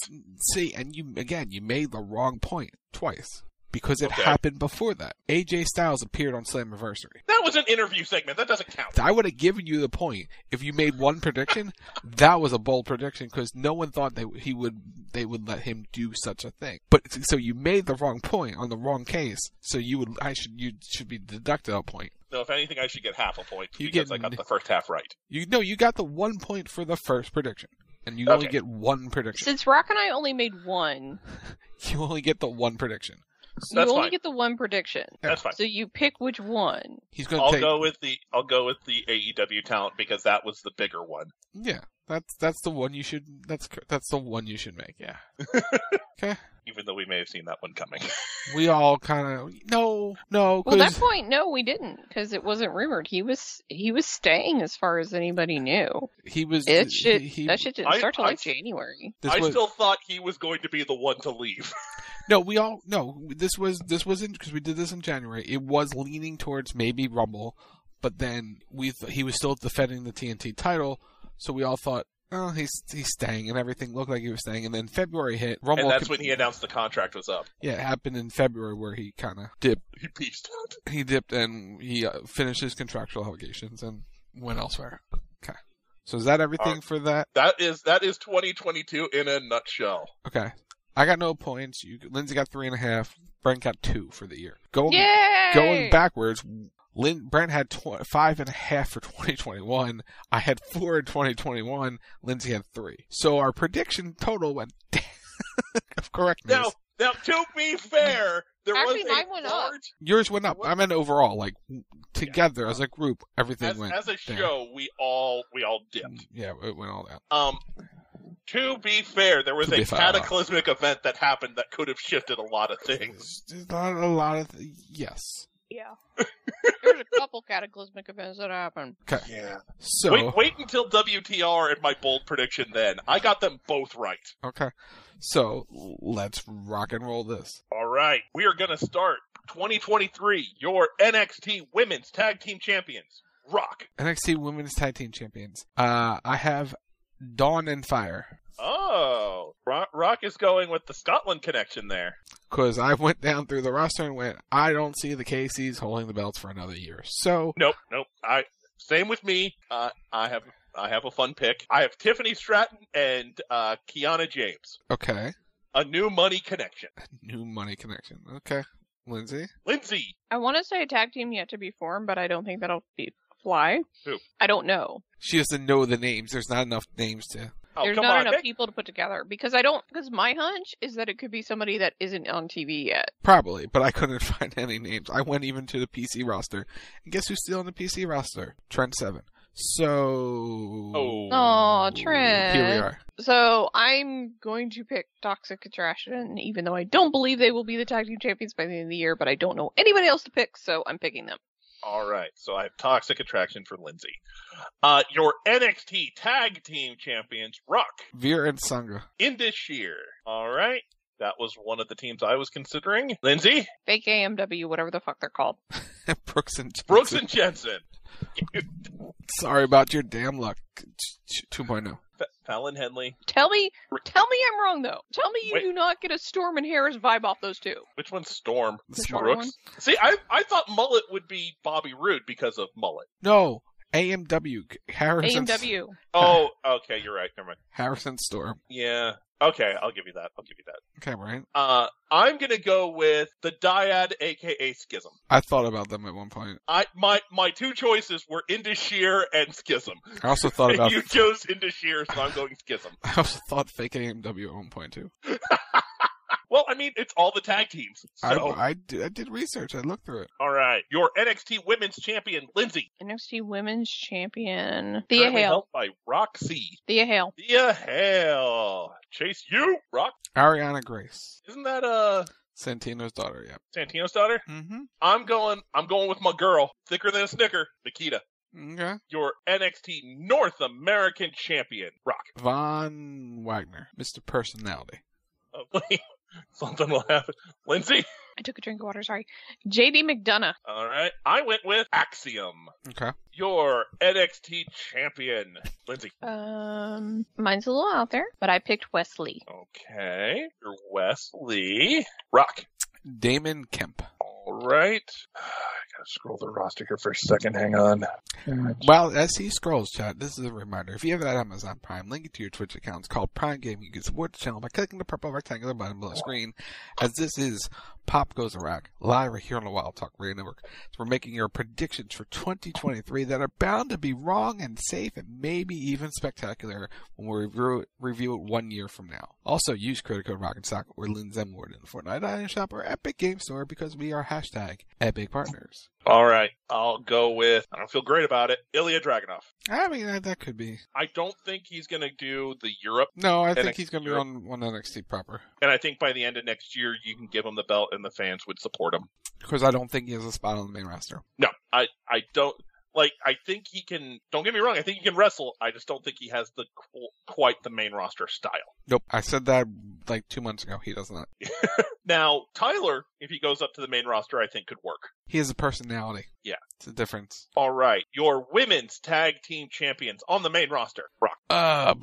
Speaker 18: See, and you again, you made the wrong point twice because it
Speaker 19: Okay.
Speaker 18: happened before that. AJ Styles appeared on Slammiversary.
Speaker 19: That was an interview segment. That doesn't count.
Speaker 18: I would have given you the point if you made one prediction. that was a bold prediction because no one thought they he would they would let him do such a thing. But so you made the wrong point on the wrong case. So you would I should you should be deducted a point.
Speaker 19: So if anything, I should get half a point
Speaker 18: You
Speaker 19: because I
Speaker 18: getting-
Speaker 19: got the first half right.
Speaker 18: You no, you got the one point for the first prediction, and you only
Speaker 19: Okay.
Speaker 18: get one prediction.
Speaker 17: Since Rock and I only made one,
Speaker 18: You only get the one prediction.
Speaker 17: so
Speaker 19: That's
Speaker 17: you only
Speaker 19: fine.
Speaker 17: get the one prediction.
Speaker 19: That's fine.
Speaker 17: So you pick which one.
Speaker 18: He's going
Speaker 19: I'll
Speaker 18: to take
Speaker 19: go with the I'll go with the AEW talent because that was the bigger one.
Speaker 18: Yeah, that's that's the one you should. That's cor- that's the one you should make. Yeah. okay.
Speaker 19: Even though we may have seen that one coming.
Speaker 18: We all kind of no no
Speaker 17: Well, that
Speaker 18: because
Speaker 17: point, no, we didn't, because it wasn't rumored. He was he was staying as far as anybody knew.
Speaker 18: he was
Speaker 17: It shit,
Speaker 18: he-
Speaker 17: that shit didn't
Speaker 19: I-
Speaker 17: start till
Speaker 19: I-
Speaker 17: like January.
Speaker 18: This
Speaker 19: I
Speaker 18: was,
Speaker 19: still thought he was going to be the one to leave.
Speaker 18: no, we all no. This was this wasn't because we did this in January. It was leaning towards maybe Rumble, but then we th- he was still defending the TNT title, so we all thought, oh, he's he's staying, and everything looked like he was staying. And then February hit. Rumble.
Speaker 19: and that's
Speaker 18: com-
Speaker 19: when he announced the contract was up.
Speaker 18: yeah, it happened in February where he kind of dipped.
Speaker 19: He peaced out.
Speaker 18: he dipped and he uh, finished his contractual obligations and went elsewhere. Okay. So is that everything
Speaker 19: Alright.
Speaker 18: for that?
Speaker 19: That is that is 2022 in a nutshell.
Speaker 18: Okay. I got no points. You, Lindsay got three and a half. Brent got two for the year. Going
Speaker 17: Yay!
Speaker 18: going backwards, Lin, Brent had tw- five and a half for 2021. I had four in 2021. Lindsay had three. So our prediction total went down of correctness.
Speaker 19: Now, now to be fair, there
Speaker 17: Actually,
Speaker 19: was
Speaker 17: mine
Speaker 19: a
Speaker 17: went up.
Speaker 19: large
Speaker 18: Yours went up. I meant overall, like together as a group, everything
Speaker 19: as,
Speaker 18: went.
Speaker 19: as a
Speaker 18: down.
Speaker 19: show we all we all dipped.
Speaker 18: Yeah, it went all down.
Speaker 19: Um to be fair, there was
Speaker 18: To be
Speaker 19: a
Speaker 18: fair.
Speaker 19: cataclysmic event that happened that could have shifted a lot of things.
Speaker 18: There's not a lot of th- yes.
Speaker 9: Yeah.
Speaker 17: There's a couple cataclysmic events that happened.
Speaker 18: Okay.
Speaker 19: Yeah.
Speaker 18: So
Speaker 19: wait, wait until WTR and my bold prediction. Then I got them both right.
Speaker 18: Okay. So let's rock and roll this.
Speaker 19: All right, we are going to start 2023. Your NXT Women's Tag Team Champions, Rock.
Speaker 18: NXT Women's Tag Team Champions. Uh, I have Dawn and Fire
Speaker 19: Oh, Rock, Rock is going with the Scotland connection there.
Speaker 18: because I went down through the roster and went, I don't see the KCs holding the belts for another year. So
Speaker 19: Nope, nope. I same with me. Uh, I have I have a fun pick. I have Tiffany Stratton and uh, Kiana James,
Speaker 18: okay,
Speaker 19: a new money connection.
Speaker 18: new money connection. Okay, Lindsay.
Speaker 19: Lindsay,
Speaker 17: I want to say a tag team yet to be formed, but I don't think that'll be fly.
Speaker 19: who?
Speaker 17: I don't know.
Speaker 18: She doesn't know the names. There's not enough names to.
Speaker 19: Oh,
Speaker 17: There's
Speaker 19: come
Speaker 17: not
Speaker 19: on,
Speaker 17: enough
Speaker 19: make-
Speaker 17: people to put together because I don't. Because my hunch is that it could be somebody that isn't on TV yet.
Speaker 18: Probably, but I couldn't find any names. I went even to the PC roster, and guess who's still on the PC roster? Trent Seven. So
Speaker 19: oh,
Speaker 17: Oh, Trent.
Speaker 18: here we are.
Speaker 17: So I'm going to pick Toxic Attraction, even though I don't believe they will be the tag team champions by the end of the year. But I don't know anybody else to pick, so I'm picking them.
Speaker 19: All right, so I have Toxic Attraction for Lindsay. Uh, your NXT Tag Team Champions, Rock,
Speaker 18: Veer and Sangha.
Speaker 19: Indishir. All right, that was one of the teams I was considering. Lindsay,
Speaker 17: Fake AMW, whatever the fuck they're called.
Speaker 18: Brooks and
Speaker 19: Brooks and Jensen.
Speaker 18: Sorry about your damn luck. 2.0.
Speaker 19: F- Fallon Henley.
Speaker 17: Tell me, tell me I'm wrong though. Tell me you
Speaker 19: Wait.
Speaker 17: do not get a Storm and Harris vibe off those two.
Speaker 19: Which one's Storm?
Speaker 17: The short
Speaker 19: Brooks.
Speaker 17: one.
Speaker 19: See, I I thought Mullet would be Bobby Roode because of Mullet.
Speaker 18: No, AMW Harrison.
Speaker 17: AMW.
Speaker 19: Oh, okay, you're right. Never mind.
Speaker 18: Harrison Storm.
Speaker 19: Yeah. Okay, I'll give you that. I'll give you that.
Speaker 18: Okay, right.
Speaker 19: Uh, I'm gonna go with the Dyad, aka Schism.
Speaker 18: I thought about them at one point.
Speaker 19: I my my two choices were Indashir and Schism.
Speaker 18: I also thought about.
Speaker 19: you chose Indashir, so I'm going Schism.
Speaker 18: I also thought fake AMW at one point too.
Speaker 19: Well, I mean, it's all the tag teams. So,
Speaker 18: I, I, did, I did research. I looked through it.
Speaker 19: all right, your NXT Women's Champion Lindsay,
Speaker 17: NXT Women's Champion Thea
Speaker 19: currently
Speaker 17: Hale.
Speaker 19: helped by Roxy.
Speaker 17: Thea Hale.
Speaker 19: Thea Hale, Chase you, Rock.
Speaker 18: Ariana Grace,
Speaker 19: Isn't that uh
Speaker 18: Santino's daughter. Yep.
Speaker 19: Santino's daughter?
Speaker 18: Mm-hmm.
Speaker 19: I'm going. I'm going with my girl, thicker than a snicker, Nikita.
Speaker 18: Okay.
Speaker 19: Your NXT North American Champion, Rock.
Speaker 18: Von Wagner, Mr. Personality.
Speaker 19: Hopefully, something will happen. Lindsay.
Speaker 17: I took a drink of water. Sorry. JD McDonough.
Speaker 19: All right, I went with Axiom.
Speaker 18: Okay.
Speaker 19: Your NXT Champion, Lindsay.
Speaker 17: Um, mine's a little out there, but I picked Wesley.
Speaker 19: Okay. Your Wesley, Rock.
Speaker 18: Damon Kemp.
Speaker 19: All right. I gotta scroll the roster here for a second. Hang on.
Speaker 18: Well, as he scrolls, chat, this is a reminder. If you have that Amazon Prime, link it to your Twitch account. It's called Prime Gaming. You can support the channel by clicking the purple rectangular button below the screen, as this is Pop Goes Iraq, live right here on the Wild Talk Radio Network. So we're making your predictions for 2023 that are bound to be wrong and safe and maybe even spectacular when we review it, review it one year from now. Also, use credit code ROCKETSOCK or Lynn Zemward in the Fortnite Item Shop or Epic Game Store because we are hashtag Epic Partners.
Speaker 19: All right, I'll go with. I don't feel great about it. Ilya Dragunov.
Speaker 18: I mean, that, that could be.
Speaker 19: I don't think he's gonna do the Europe
Speaker 18: No, I think
Speaker 19: NXT
Speaker 18: he's going to be
Speaker 19: Europe.
Speaker 18: on, on NXT proper.
Speaker 19: And I think by the end of next year, you can give him the belt, and the fans would support him.
Speaker 18: Because I don't think he has a spot on the main roster.
Speaker 19: No, I, I don't like. I think he can. Don't get me wrong. I think he can wrestle. I just don't think he has the qu- quite the main roster style.
Speaker 18: Nope. I said that like two months ago. He does not.
Speaker 19: Now Tyler, if he goes up to the main roster, I think could work.
Speaker 18: He has a personality.
Speaker 19: Yeah.
Speaker 18: It's a difference.
Speaker 19: All right, your women's tag team champions on the main roster. Rock.
Speaker 18: Uh,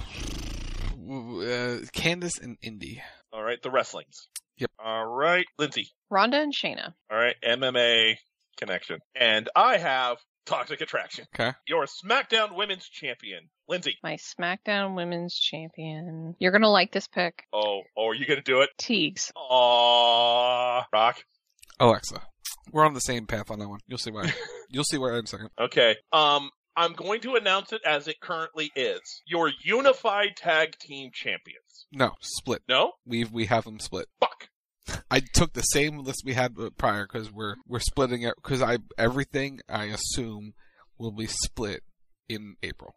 Speaker 18: uh Candace and Indy.
Speaker 19: All right, the wrestlings.
Speaker 18: Yep.
Speaker 19: All right, Lindsay.
Speaker 17: Rhonda and Shayna.
Speaker 19: All right, MMA connection, and I have Toxic Attraction.
Speaker 18: Okay.
Speaker 19: Your SmackDown Women's Champion, Lindsay.
Speaker 17: My SmackDown Women's Champion. You're gonna like this pick.
Speaker 19: Oh, oh, are you gonna do it?
Speaker 17: Teagues.
Speaker 19: Aw, Rock.
Speaker 18: Alexa. We're on the same path on that one. You'll see why. You'll see why in a second.
Speaker 19: Okay. Um, I'm going to announce it as it currently is. Your unified tag team champions.
Speaker 18: No, split.
Speaker 19: No?
Speaker 18: We've we have them split.
Speaker 19: Fuck.
Speaker 18: I took the same list we had prior because we're we're splitting it because I
Speaker 19: Oh,
Speaker 18: everything I assume will be split in April.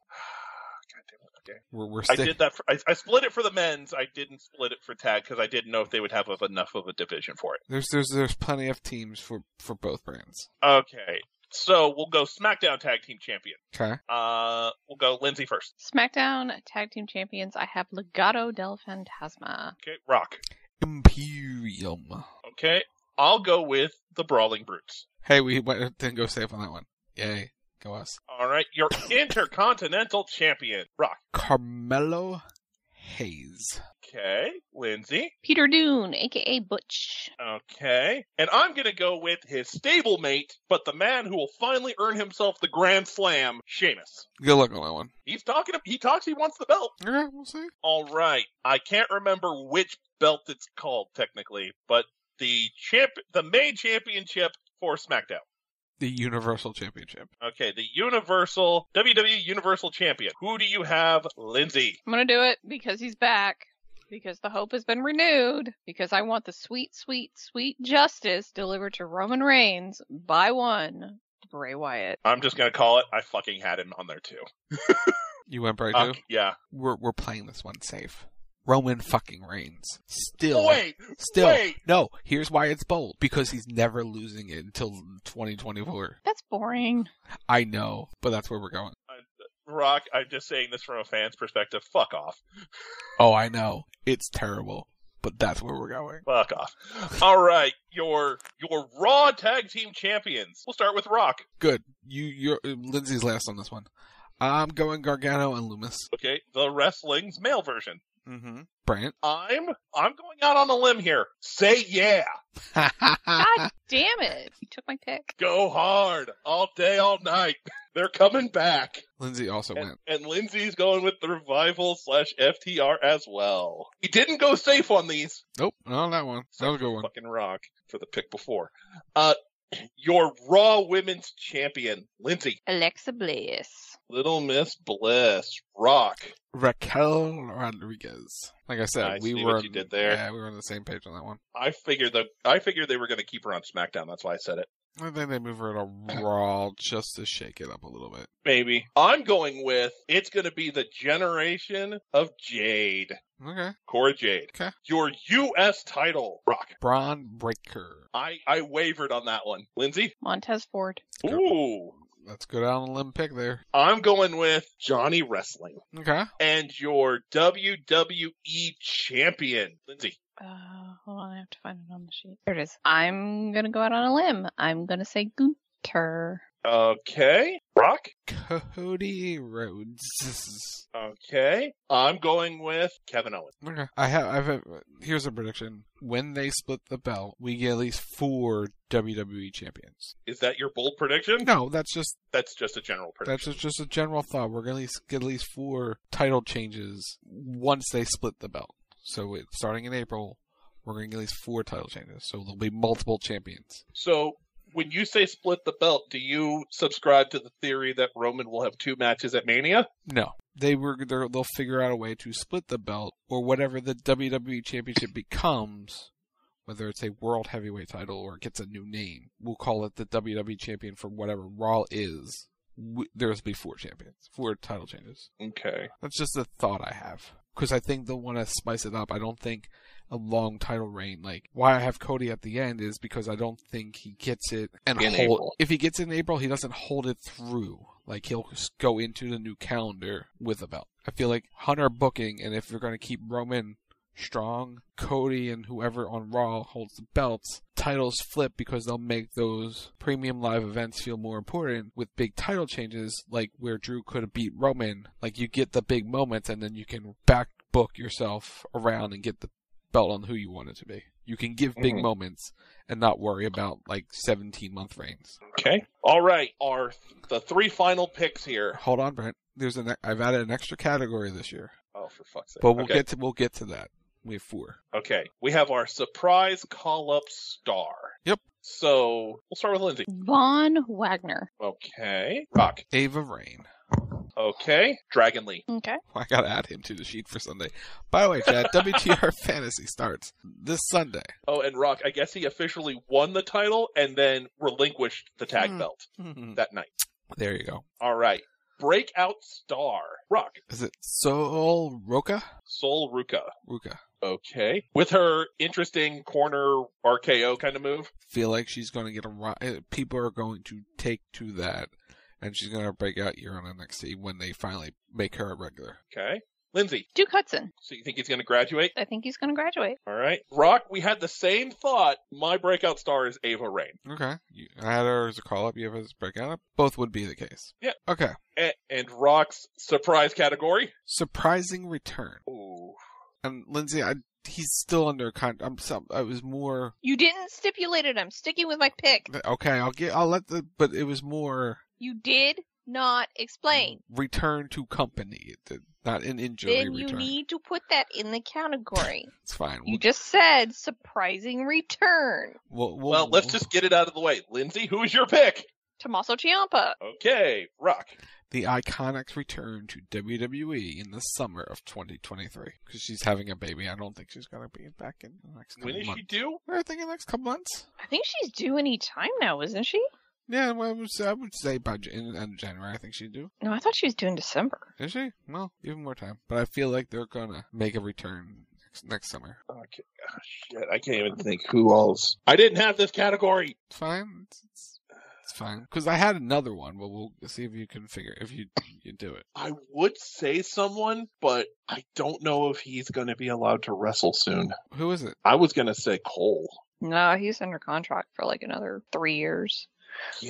Speaker 18: We're, we're
Speaker 19: I
Speaker 18: stick-
Speaker 19: did that. For, I, I split it for the men's. I didn't split it for tag because I didn't know if they would have of enough of a division for it.
Speaker 18: There's there's there's plenty of teams for for both brands.
Speaker 19: Okay, so we'll go SmackDown Tag Team Champion.
Speaker 18: Okay.
Speaker 19: Uh, we'll go Lindsay first.
Speaker 17: SmackDown Tag Team Champions, I have Legado del Fantasma.
Speaker 19: Okay, Rock.
Speaker 18: Imperium.
Speaker 19: Okay, I'll go with the Brawling Brutes.
Speaker 18: Hey, we went, didn't go safe on that one. Yay, go us.
Speaker 19: All right, your Intercontinental Champion, Rock.
Speaker 18: Carmelo Hayes.
Speaker 19: Okay, Lindsay.
Speaker 17: Peter Dune, aka Butch.
Speaker 19: Okay. And I'm going to go with his stablemate, but the man who will finally earn himself the Grand Slam, Sheamus.
Speaker 18: Good luck on that one.
Speaker 19: He's talking. He talks. He wants the belt.
Speaker 18: Okay, we'll see.
Speaker 19: All right. I can't remember which belt it's called technically, but the champ, the main championship for SmackDown.
Speaker 18: The Universal Championship.
Speaker 19: Okay, the Universal WWE Universal Champion. Who do you have, Lindsay?
Speaker 17: I'm gonna do it because he's back. Because the hope has been renewed. Because I want the sweet, sweet, sweet justice delivered to Roman Reigns by one, Bray Wyatt.
Speaker 19: I'm just gonna call it. I fucking had him on there too.
Speaker 18: You went Bray
Speaker 19: Okay,
Speaker 18: too?
Speaker 19: yeah.
Speaker 18: We're we're playing this one safe. Roman fucking Reigns. Still
Speaker 19: Wait,
Speaker 18: still
Speaker 19: wait.
Speaker 18: no, here's why it's bold. Because he's never losing it until twenty twenty four.
Speaker 17: That's boring.
Speaker 18: I know, but that's where we're going.
Speaker 19: Rock. I'm just saying this from a fan's perspective. Fuck off.
Speaker 18: Oh I know. It's terrible. But that's where we're going.
Speaker 19: Fuck off. All right, your your Raw Tag Team Champions. We'll start with Rock.
Speaker 18: Good. You you're uh, Lindsay's last on this one. I'm going Gargano and Loomis.
Speaker 19: Okay, the wrestling's male version.
Speaker 18: Mm-hmm. Brant.
Speaker 19: I'm I'm going out on a limb here. Say yeah.
Speaker 17: God damn it. You took my pick.
Speaker 19: Go hard all day, all night. They're coming back.
Speaker 18: Lindsay also
Speaker 19: And,
Speaker 18: went.
Speaker 19: and Lindsay's going with the revival slash FTR as well. He didn't go safe on these.
Speaker 18: Nope, not on that one. That was a good one.
Speaker 19: Fucking rock for the pick before. Uh, your Raw Women's Champion, Lindsay,
Speaker 17: Alexa Bliss.
Speaker 19: Little Miss Bliss, Rock.
Speaker 18: Raquel Rodriguez. Like I said,
Speaker 19: I
Speaker 18: we
Speaker 19: see
Speaker 18: were
Speaker 19: what you did there.
Speaker 18: Yeah, we were on the same page on that one.
Speaker 19: I figured that I figured they were going to keep her on SmackDown. That's why I said it.
Speaker 18: I think they move her to Raw just to shake it up a little bit.
Speaker 19: Maybe I'm going with it's going to be the generation of Jade,
Speaker 18: Okay.
Speaker 19: Cora Jade.
Speaker 18: Okay.
Speaker 19: Your U.S. title, Rock.
Speaker 18: Braun Breaker.
Speaker 19: I I wavered on that one, Lindsay.
Speaker 17: Montez Ford.
Speaker 19: Ooh,
Speaker 18: Let's go down a limb pick there.
Speaker 19: I'm going with Johnny Wrestling
Speaker 18: Okay.
Speaker 19: and your WWE champion, Lindsay.
Speaker 17: Uh, hold on, I have to find it on the sheet. There it is. I'm gonna go out on a limb. I'm gonna say Gunter.
Speaker 19: Okay, Rock.
Speaker 18: Cody Rhodes.
Speaker 19: Okay, I'm going with Kevin Owens.
Speaker 18: Okay. I have. I have. Here's a prediction. When they split the belt, we get at least four WWE champions.
Speaker 19: Is that your bold prediction?
Speaker 18: No, that's just
Speaker 19: That's just a general prediction.
Speaker 18: that's just, just a general thought. We're gonna at least get at least four title changes once they split the belt. So it, starting in April, we're gonna get at least four title changes. So there'll be multiple champions.
Speaker 19: So when you say split the belt, do you subscribe to the theory that Roman will have two matches at Mania?
Speaker 18: No, they were they're- they'll figure out a way to split the belt or whatever the WWE Championship becomes, whether it's a World Heavyweight title or it gets a new name. We'll call it the WWE Champion for whatever Raw is. W- There'll be four champions, four title changes.
Speaker 19: Okay.
Speaker 18: That's just a thought I have because I think they'll want to spice it up. I don't think a long title reign like why I have Cody at the end is because I don't think he gets it and
Speaker 19: In
Speaker 18: hold.
Speaker 19: April.
Speaker 18: If he gets it in April, he doesn't hold it through. Like he'll s- go into the new calendar with a belt. I feel like Hunter booking, and if you're going to keep Roman strong, Cody and whoever on Raw holds the belts, titles flip because they'll make those premium live events feel more important with big title changes, like where Drew could have beat Roman. Like you get the big moments, and then you can back book yourself around and get the belt on who you want it to be. You can give big
Speaker 19: Mhm.
Speaker 18: moments and not worry about like 17 month reigns.
Speaker 19: Okay. All right. Are the three final picks here?
Speaker 18: Hold on, Brent. There's an I've added an extra category this year,
Speaker 19: Oh, for fuck's sake.
Speaker 18: but we'll
Speaker 19: okay.
Speaker 18: get to we'll get to that. We have four.
Speaker 19: Okay. We have our surprise call up star.
Speaker 18: Yep.
Speaker 19: So we'll start with Lindsay.
Speaker 17: Von Wagner.
Speaker 19: Okay. Rock.
Speaker 18: Ava Rain.
Speaker 19: Okay. Dragon Lee.
Speaker 17: Okay.
Speaker 18: I gotta add him to the sheet for Sunday. By the way, Chad, WTR Fantasy starts this Sunday.
Speaker 19: Oh, and Rock. I guess he officially won the title and then relinquished the tag
Speaker 18: Hmm.
Speaker 19: belt
Speaker 18: there
Speaker 19: that night.
Speaker 18: you go.
Speaker 19: All right. breakout star. Rock.
Speaker 18: Is it Sol Roca?
Speaker 19: Sol Ruka.
Speaker 18: Ruka.
Speaker 19: Okay. With her interesting corner RKO kind of move.
Speaker 18: Feel like she's going to get a ri- eh, people are going to take to that, and she's going to break out year on NXT when they finally make her a regular.
Speaker 19: Okay. Lindsay.
Speaker 17: Duke Hudson.
Speaker 19: So you think he's going to graduate?
Speaker 17: I think he's going to graduate.
Speaker 19: All right. Rock, we had the same thought. My breakout star is Ava Rain.
Speaker 18: Okay. You, I had her as a call up. You have her as a breakout. Both would be the case.
Speaker 19: Yeah.
Speaker 18: Okay.
Speaker 19: And, and Rock's surprise category?
Speaker 18: Surprising return.
Speaker 19: Ooh.
Speaker 18: And Lindsay, I, he's still under contract. I'm. Some, I was more.
Speaker 17: You didn't stipulate it. I'm sticking with my pick.
Speaker 18: Okay. I'll get. I'll let the. But it was more.
Speaker 17: You did not explain.
Speaker 18: Return to company. The, not an injury
Speaker 17: Then you
Speaker 18: return.
Speaker 17: need to put that in the category.
Speaker 18: it's fine.
Speaker 17: you just said surprising return.
Speaker 18: We'll, we'll,
Speaker 19: Well, let's just get it out of the way. Lindsay, who is your pick?
Speaker 17: Tommaso Ciampa.
Speaker 19: Okay. Rock.
Speaker 18: the Iconics return to WWE in the summer of 2023 because she's having a baby. I don't think she's gonna be back in the next.
Speaker 19: When
Speaker 18: couple
Speaker 19: is she
Speaker 18: months.
Speaker 19: due?
Speaker 18: I think in the next couple months.
Speaker 17: I think she's due any time now, isn't she?
Speaker 18: Yeah, well, I would say, I would say by Jan- in end of January, I think she'd do.
Speaker 17: No, I thought she was due in December.
Speaker 18: Is she? Well, even more time. But I feel like they're gonna make a return next, next summer.
Speaker 19: Okay. Ah, shit, I can't even think who else. I didn't have this category.
Speaker 18: It's fine. It's, it's, it's fine. Because I had another one, but we'll see if you can figure if you you do it.
Speaker 19: I would say someone, but I don't know if he's going to be allowed to wrestle soon.
Speaker 18: Who is it?
Speaker 19: I was going to say Cole.
Speaker 17: No, he's under contract for like another three years.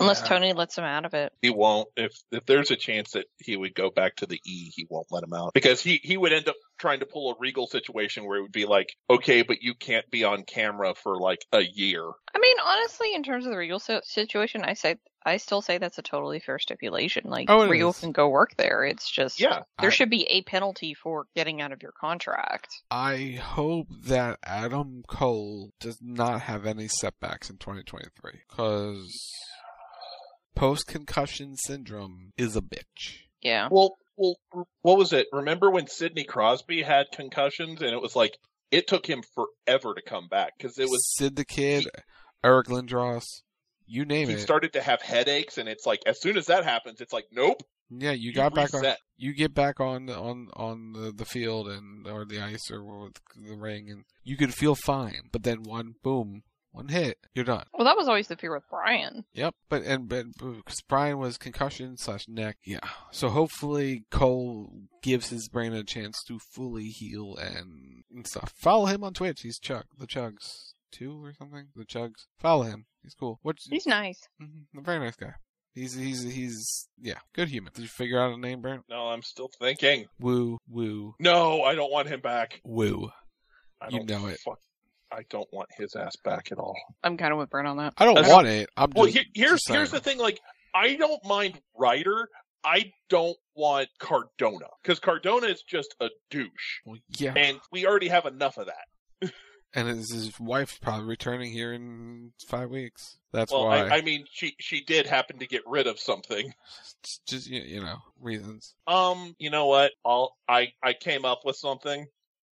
Speaker 17: Unless
Speaker 19: Yeah.
Speaker 17: Tony lets him out of it.
Speaker 19: He won't. If if there's a chance that he would go back to the E, he won't let him out because he he would end up trying to pull a Regal situation where it would be like, okay, but you can't be on camera for like a year.
Speaker 17: I mean, honestly, in terms of the Regal si- situation, I say I still say that's a totally fair stipulation. Like
Speaker 18: Oh, it
Speaker 17: Regal
Speaker 18: is.
Speaker 17: can go work there. It's just
Speaker 19: Yeah.
Speaker 17: there
Speaker 18: I-
Speaker 17: should be a penalty for getting out of your contract.
Speaker 18: I hope that Adam Cole does not have any setbacks in 2023 because post concussion syndrome is a bitch.
Speaker 17: Yeah.
Speaker 19: Well, well, what was it? Remember when Sidney Crosby had concussions and it was like it took him forever to come back because it was
Speaker 18: Sid the Kid, Eric Lindros, you name
Speaker 19: he
Speaker 18: it.
Speaker 19: started to have headaches and it's like as soon as that happens, it's like nope.
Speaker 18: yeah, you
Speaker 19: you
Speaker 18: got back on.
Speaker 19: reset.
Speaker 18: You get back on on on the, the field and or the ice or with the ring, and you can feel fine. But then one boom, one hit, you're done.
Speaker 17: Well, that was always the fear with Brian.
Speaker 18: Yep, but and but because Brian was concussion slash neck, yeah. So hopefully Cole gives his brain a chance to fully heal and, and stuff. Follow him on Twitch. He's Chuck the Chugs two or something. The Chugs. Follow him. He's cool. What's
Speaker 17: He's nice.
Speaker 18: Mhm, a very nice guy. He's he's he's yeah, good human. Did you figure out a name, Brent?
Speaker 19: No, I'm still thinking.
Speaker 18: Woo woo
Speaker 19: No, I don't want him back.
Speaker 18: woo.
Speaker 19: I
Speaker 18: You
Speaker 19: don't
Speaker 18: know it.
Speaker 19: Fuck, I don't want his ass back at all.
Speaker 17: I'm kind of with Brent on that.
Speaker 18: I don't
Speaker 19: That's-
Speaker 18: want it. I'm
Speaker 19: Well,
Speaker 18: just,
Speaker 19: he- here's
Speaker 18: just saying.
Speaker 19: here's the thing. Like, I don't mind Ryder. I don't want Cardona because Cardona is just a douche,
Speaker 18: Well, yeah,
Speaker 19: and we already have enough of that.
Speaker 18: and his, his wife's probably returning here in five weeks. That's
Speaker 19: well,
Speaker 18: why.
Speaker 19: I, I mean, she she did happen to get rid of something.
Speaker 18: It's just you, you know reasons.
Speaker 19: Um, you know what? I'll I I came up with something.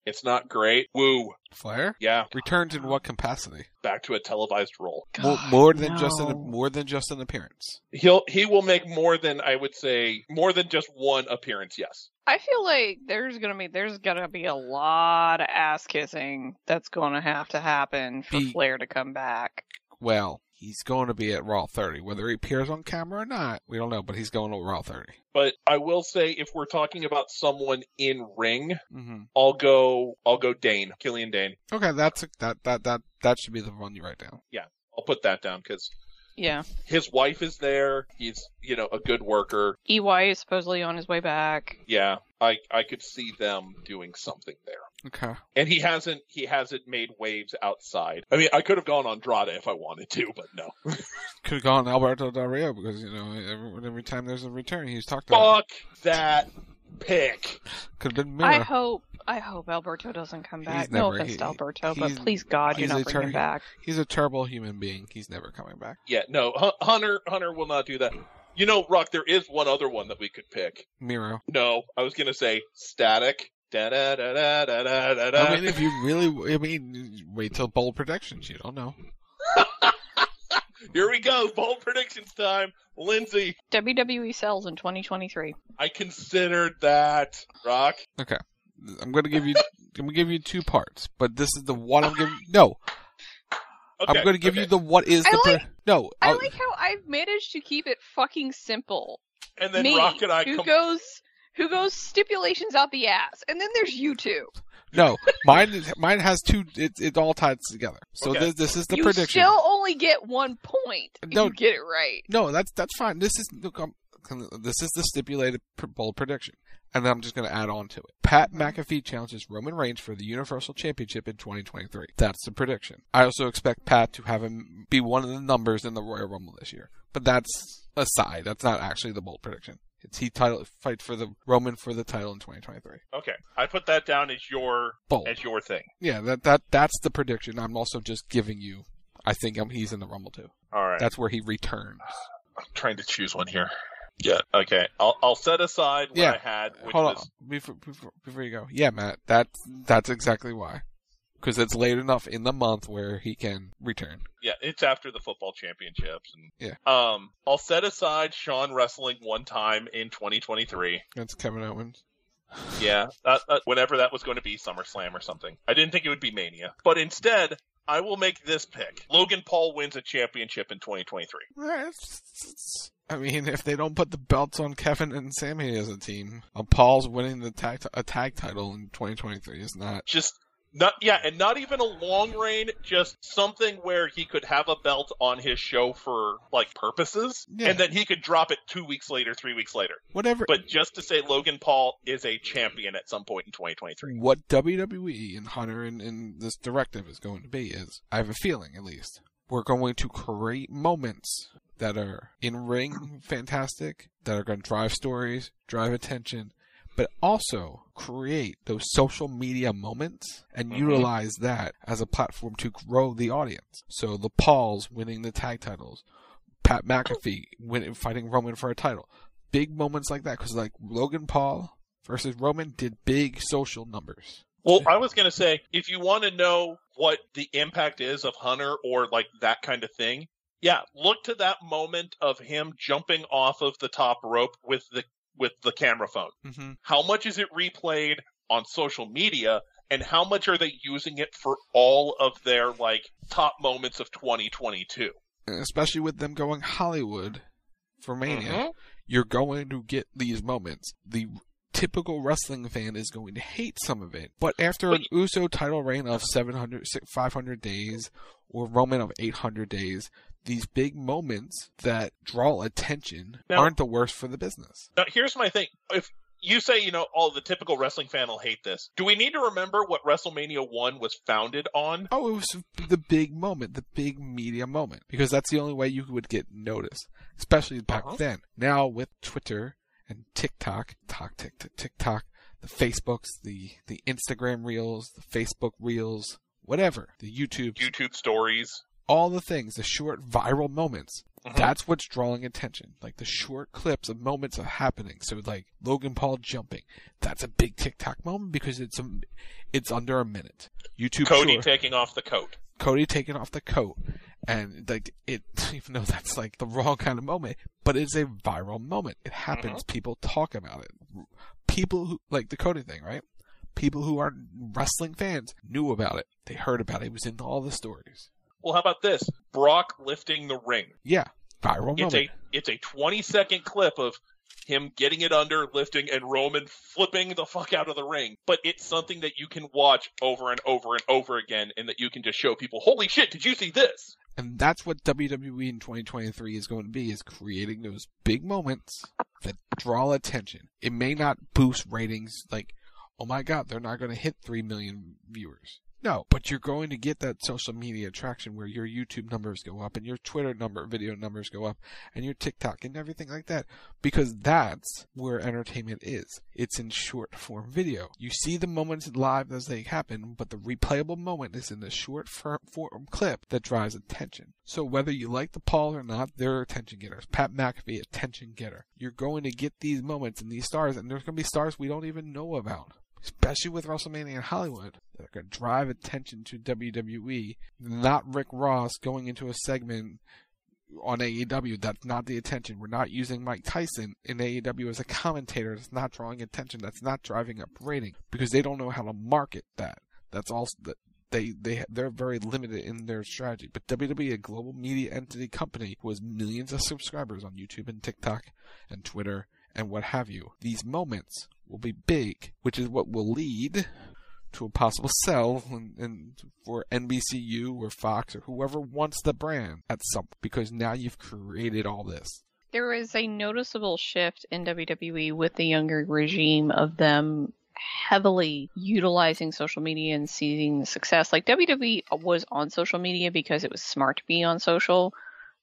Speaker 19: It's not great. Woo.
Speaker 18: Flair
Speaker 19: Yeah,
Speaker 18: returned in what capacity?
Speaker 19: back to a televised role.
Speaker 18: More,
Speaker 17: God,
Speaker 18: more than just
Speaker 17: no.
Speaker 18: an more than just an appearance.
Speaker 19: He'll he will make more than I would say more than just one appearance. Yes.
Speaker 17: I feel like there's gonna be there's gonna be a lot of ass kissing that's gonna have to happen for
Speaker 18: Be-
Speaker 17: Flair to come back.
Speaker 18: Well, he's going to be at Raw 30, whether he appears on camera or not. We don't know, but he's going to Raw 30.
Speaker 19: But I will say, if we're talking about someone in ring,
Speaker 18: hmm
Speaker 17: Mm-hmm.
Speaker 19: I'll go. I'll go Dane, Killian Dane.
Speaker 18: Okay, that's a, that that that that should be the one you write down.
Speaker 19: I'll put that down because
Speaker 17: Yeah.
Speaker 19: his wife is there. He's you know a good worker.
Speaker 17: EY is supposedly on his way back.
Speaker 19: Yeah, I I could see them doing something there.
Speaker 18: Okay,
Speaker 19: And he hasn't he hasn't made waves outside. I mean, I could have gone Andrade if I wanted to, but no.
Speaker 18: could have gone Alberto Del Rio because you know every, every time there's a return, he's talked about.
Speaker 19: Fuck that pick.
Speaker 18: Could have been
Speaker 17: I
Speaker 18: Mira.
Speaker 17: hope I hope Alberto doesn't come
Speaker 18: He's
Speaker 17: back. no
Speaker 18: never-
Speaker 17: offense
Speaker 18: he-
Speaker 17: to Alberto, but
Speaker 18: he's-
Speaker 17: please God, do
Speaker 18: he's
Speaker 17: not
Speaker 18: a
Speaker 17: bring him
Speaker 18: turkey.
Speaker 17: back.
Speaker 18: he's a terrible human being. He's never coming back.
Speaker 19: Yeah, no. Hun- Hunter Hunter will not do that. You know, Rock. There is one other one that we could pick.
Speaker 18: Miro.
Speaker 19: No, I was gonna say static. Da da da da da da da.
Speaker 18: I mean, if you really, I mean, wait till bold predictions. You don't know.
Speaker 19: Here we go. Bold predictions time. Lindsay,
Speaker 17: WWE E sells in 2023.
Speaker 19: I considered that. Rock.
Speaker 18: Okay. I'm gonna give you. I'm gonna give you two parts, but this is the one I'm giving. No.
Speaker 19: Okay,
Speaker 18: I'm gonna give
Speaker 19: okay.
Speaker 18: you the what is
Speaker 17: I
Speaker 18: the
Speaker 17: like-
Speaker 18: pre- no. uh,
Speaker 17: I
Speaker 18: I'll-
Speaker 17: like how I've managed to keep it fucking simple.
Speaker 19: And then
Speaker 17: Me,
Speaker 19: Rock and I
Speaker 17: who
Speaker 19: come-
Speaker 17: goes who goes stipulations out the ass, and then there's you two.
Speaker 18: no. Mine. is- Mine has two. It, it all ties together. So this this is the
Speaker 17: you
Speaker 18: prediction.
Speaker 17: still only get one point if
Speaker 18: No.
Speaker 17: you get it right.
Speaker 18: No, that's that's fine. This is look, I'm, this is the stipulated pr- bold prediction, and then I'm just going to add on to it. Pat McAfee challenges Roman Reigns for the Universal Championship in 2023. That's the prediction. I also expect Pat to have him be one of the numbers in the Royal Rumble this year, but that's aside. That's not actually the bold prediction. It's he title fight for the Roman for the title in 2023.
Speaker 19: Okay, I put that down as your
Speaker 18: Bold.
Speaker 19: as your thing.
Speaker 18: Yeah, that that that's the prediction. I'm also just giving you. I think I'm, he's in the Rumble too.
Speaker 19: All right.
Speaker 18: That's where he returns.
Speaker 19: I'm trying to choose one here. Yeah. Okay. I'll I'll set aside what
Speaker 18: Yeah.
Speaker 19: I had. Which
Speaker 18: Hold
Speaker 19: was-
Speaker 18: on, before, before before you go, yeah, Matt, that that's exactly why, because it's late enough in the month where he can return.
Speaker 19: Yeah, it's after the football championships, and
Speaker 18: Yeah,
Speaker 19: um, I'll set aside Sean wrestling one time in 2023.
Speaker 18: that's Kevin Owens.
Speaker 19: Yeah, uh, uh, whenever that was going to be SummerSlam or something. I didn't think it would be Mania, but instead, I will make this pick: Logan Paul wins a championship in 2023.
Speaker 18: I mean, if they don't put the belts on Kevin and Sammy as a team, uh, Paul's winning the tag a tag title in 2023 is not.
Speaker 19: Just not, yeah, and not even a long reign, just something where he could have a belt on his show for like purposes,
Speaker 18: Yeah.
Speaker 19: and then he could drop it two weeks later, three weeks later.
Speaker 18: Whatever.
Speaker 19: But just to say Logan Paul is a champion at some point in 2023.
Speaker 18: What WWE and Hunter and, and this directive is going to be is, I have a feeling at least, we're going to create moments that are in ring fantastic, that are going to drive stories, drive attention, but also create those social media moments and
Speaker 19: Mhm.
Speaker 18: utilize that as a platform to grow the audience. So the Pauls winning the tag titles, Pat McAfee win, fighting Roman for a title. Big moments like that, because like Logan Paul versus Roman did big social numbers.
Speaker 19: Well, I was going to say if you want to know what the impact is of Hunter or like that kind of thing, yeah, look to that moment of him jumping off of the top rope with the with the camera phone.
Speaker 18: Mm-hmm.
Speaker 19: How much is it replayed on social media and how much are they using it for all of their like top moments of 2022?
Speaker 18: Especially with them going Hollywood for Mania,
Speaker 19: Mhm.
Speaker 18: you're going to get these moments. The typical wrestling fan is going to hate some of it, but after an USO title reign of 700, si- 500 days or Roman of 800 days, these big moments that draw attention
Speaker 19: Now-
Speaker 18: aren't the worst for the business.
Speaker 19: Now, here's my thing. If you say, you know, oh, the typical wrestling fan will hate this, do we need to remember what WrestleMania 1 was founded on?
Speaker 18: Oh, it was the big moment, the big media moment, because that's the only way you would get noticed, especially back
Speaker 19: Uh-huh.
Speaker 18: then. Now with Twitter and TikTok, TikTok, TikTok, TikTok, the Facebooks, the the Instagram Reels, the Facebook Reels, whatever, the YouTube,
Speaker 19: YouTube stories.
Speaker 18: all the things, the short viral moments.
Speaker 19: Mhm.
Speaker 18: That's what's drawing attention, like the short clips of moments of happening. So like Logan Paul jumping, that's a big TikTok moment because it's a, it's under a minute. YouTube
Speaker 19: Cody
Speaker 18: short-
Speaker 19: taking off the coat.
Speaker 18: Cody taking off the coat, and like it, even though that's like the wrong kind of moment, but it's a viral moment. It happens.
Speaker 19: Mm-hmm.
Speaker 18: People talk about it. People who like the Cody thing, right? People who are wrestling fans knew about it. They heard about it. It was in all the stories.
Speaker 19: Well, how about this? Brock lifting the ring.
Speaker 18: Yeah, viral
Speaker 19: It's
Speaker 18: moment.
Speaker 19: a it's a 20 second clip of him getting it under, lifting, and Roman flipping the fuck out of the ring. But it's something that you can watch over and over and over again, and that you can just show people, holy shit, did you see this?
Speaker 18: And that's what WWE in 2023 is going to be is creating those big moments that draw attention. It may not boost ratings like oh my god, they're not going to hit 3 million viewers. No, but you're going to get that social media attraction where your YouTube numbers go up and your Twitter number video numbers go up and your TikTok and everything like that because that's where entertainment is. It's in short form video. You see the moments live as they happen, but the replayable moment is in the short fir- form clip that drives attention. So whether you like the Paul or not, they're attention getters. Pat McAfee, attention getter. You're going to get these moments and these stars, and there's going to be stars we don't even know about. Especially with WrestleMania in Hollywood, that are going to E, drive attention to WWE. Not Rick Ross going into a segment on AEW. That's not the attention. We're not using Mike Tyson in AEW as a commentator. That's not drawing attention. That's not driving up rating because they don't know how to market that. That's all that they they they're very limited in their strategy. But WWE, a global media entity company who has millions of subscribers on YouTube and TikTok and Twitter and what have you, these moments will be big, which is what will lead to a possible sell and, and, for NBCU or Fox or whoever wants the brand at some because now you've created all this.
Speaker 17: There is a noticeable shift in WWE with the younger regime of them heavily utilizing social media and seeing success. Like WWE was on social media because it was smart to be on social,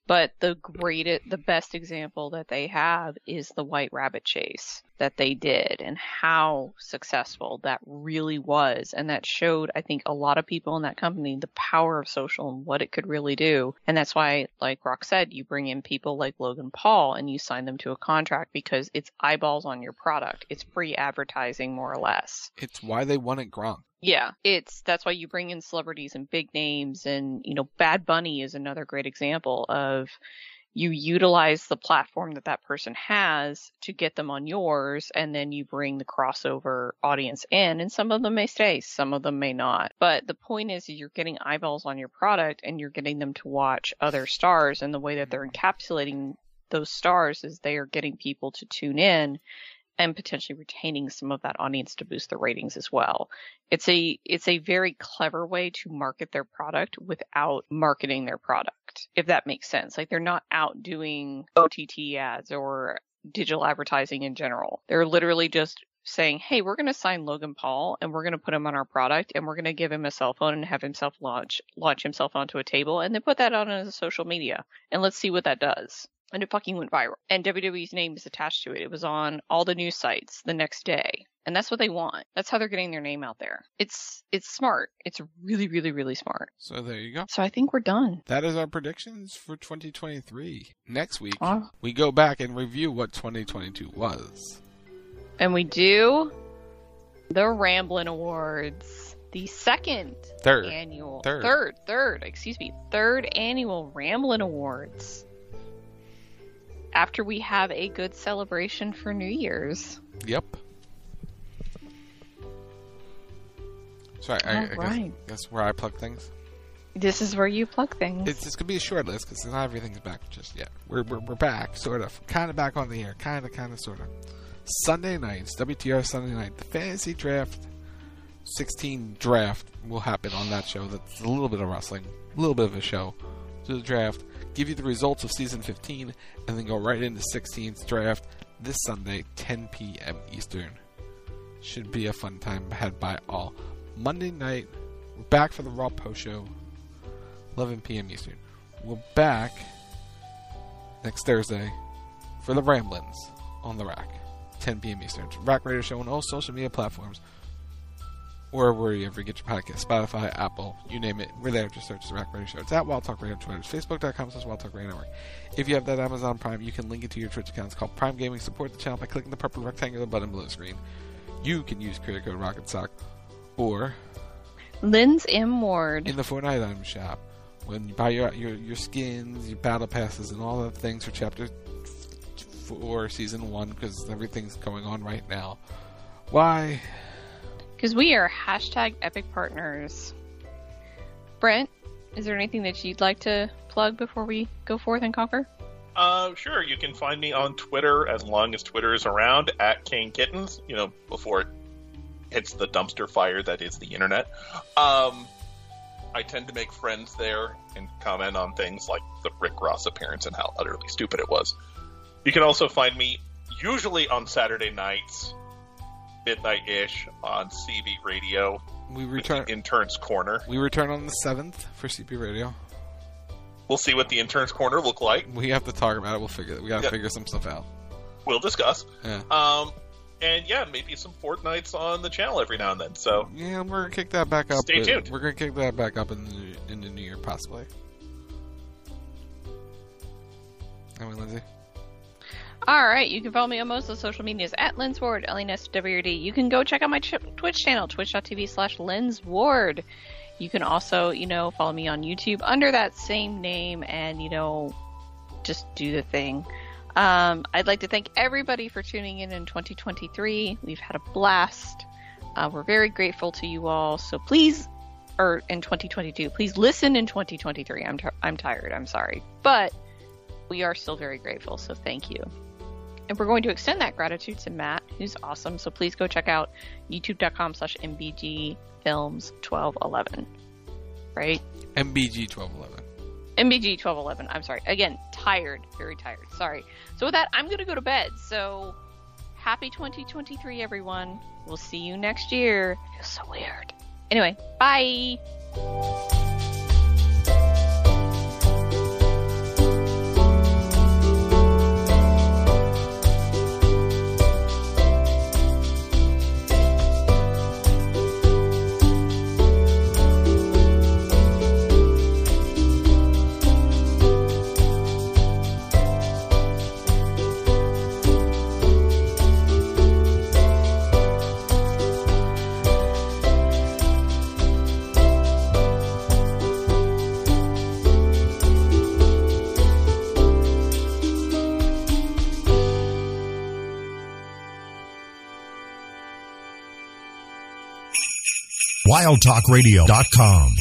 Speaker 17: but the greatest, the best example that they have is the White Rabbit Chase that they did and how successful that really was. And that showed, I think, a lot of people in that company the power of social and what it could really do. And that's why, like Rock said, you bring in people like Logan Paul and you sign them to a contract because it's eyeballs on your product. It's free advertising, more or less.
Speaker 18: It's why they wanted Gronk.
Speaker 17: Yeah, it's that's why you bring in celebrities and big names and you know Bad Bunny is another great example of you utilize the platform that that person has to get them on yours and then you bring the crossover audience in and some of them may stay, some of them may not. But the point is you're getting eyeballs on your product and you're getting them to watch other stars and the way that they're encapsulating those stars is they are getting people to tune in and potentially retaining some of that audience to boost the ratings as well. It's a it's a very clever way to market their product without marketing their product, if that makes sense. Like they're not out doing OTT ads or digital advertising in general. They're literally just saying, "Hey, we're going to sign Logan Paul and we're going to put him on our product and we're going to give him a cell phone and have himself launch launch himself onto a table and then put that out on his social media and let's see what that does." and it fucking went viral. And WWE's name is attached to it. It was on all the news sites the next day. And that's what they want. That's how they're getting their name out there. It's it's smart. It's really really really smart.
Speaker 18: So there you go.
Speaker 17: So I think we're done.
Speaker 18: That is our predictions for 2023. Next week oh. we go back and review what 2022 was.
Speaker 17: And we do the Ramblin' Awards the second
Speaker 18: third
Speaker 17: annual
Speaker 18: third
Speaker 17: third, third excuse me third annual Ramblin' Awards after we have a good celebration for New Year's.
Speaker 18: Yep. Sorry, I, I right. guess, guess where I plug things.
Speaker 17: This is where you plug things.
Speaker 18: It's, this could be a short list because not everything's back just yet. We're, we're, we're back, sort of. Kind of back on the air. Kind of, kind of, sort of. Sunday nights, WTR Sunday night, the fantasy draft 16 draft will happen on that show. That's a little bit of wrestling, a little bit of a show. To the draft give you the results of season 15, and then go right into 16's draft this Sunday, 10 p.m. Eastern. Should be a fun time had by all. Monday night, we're back for the Raw Post Show, 11 p.m. Eastern. We're back next Thursday for the Ramblins on the Rack, 10 p.m. Eastern. Rack Radio Show on all social media platforms. Or wherever you get your podcast, Spotify, Apple, you name it, we're there. Just search the Rack Radio Show. It's at Wild Talk Radio Twitter. It's facebook.com slash Wild Talk Radio Network. If you have that Amazon Prime, you can link it to your Twitch account. It's called Prime Gaming. Support the channel by clicking the purple rectangular button below the screen. You can use creator code RocketSock or
Speaker 17: Lynn's M Ward
Speaker 18: in the Fortnite item shop. When you buy your, your, your skins, your battle passes, and all the things for Chapter 4, Season 1, because everything's going on right now. Why?
Speaker 17: because we are hashtag epic partners brent is there anything that you'd like to plug before we go forth and conquer
Speaker 19: uh, sure you can find me on twitter as long as twitter is around at king kittens you know before it hits the dumpster fire that is the internet um, i tend to make friends there and comment on things like the rick ross appearance and how utterly stupid it was you can also find me usually on saturday nights midnight ish on CB Radio.
Speaker 18: We return
Speaker 19: interns corner.
Speaker 18: We return on the seventh for CB Radio.
Speaker 19: We'll see what the interns corner look like.
Speaker 18: We have to talk about it. We'll figure. It. We got to yeah. figure some stuff out.
Speaker 19: We'll discuss.
Speaker 18: Yeah.
Speaker 19: Um, and yeah, maybe some Fortnites on the channel every now and then. So
Speaker 18: yeah, we're gonna kick that back up.
Speaker 19: Stay tuned.
Speaker 18: We're gonna kick that back up in the, in the new year possibly. I mean, Lindsay.
Speaker 17: All right, you can follow me on most of the social medias at LensWard, LNSWRD. You can go check out my ch- Twitch channel, twitch.tv slash LensWard. You can also, you know, follow me on YouTube under that same name and, you know, just do the thing. Um, I'd like to thank everybody for tuning in in 2023. We've had a blast. Uh, we're very grateful to you all. So please, or in 2022, please listen in 2023. I'm, t- I'm tired. I'm sorry. But we are still very grateful. So thank you. And we're going to extend that gratitude to Matt, who's awesome. So please go check out youtube.com slash mbg films 1211. Right?
Speaker 18: MBG 1211.
Speaker 17: MBG 1211. I'm sorry. Again, tired. Very tired. Sorry. So with that, I'm going to go to bed. So happy 2023, everyone. We'll see you next year. Feels so weird. Anyway, bye.
Speaker 1: wildtalkradio.com.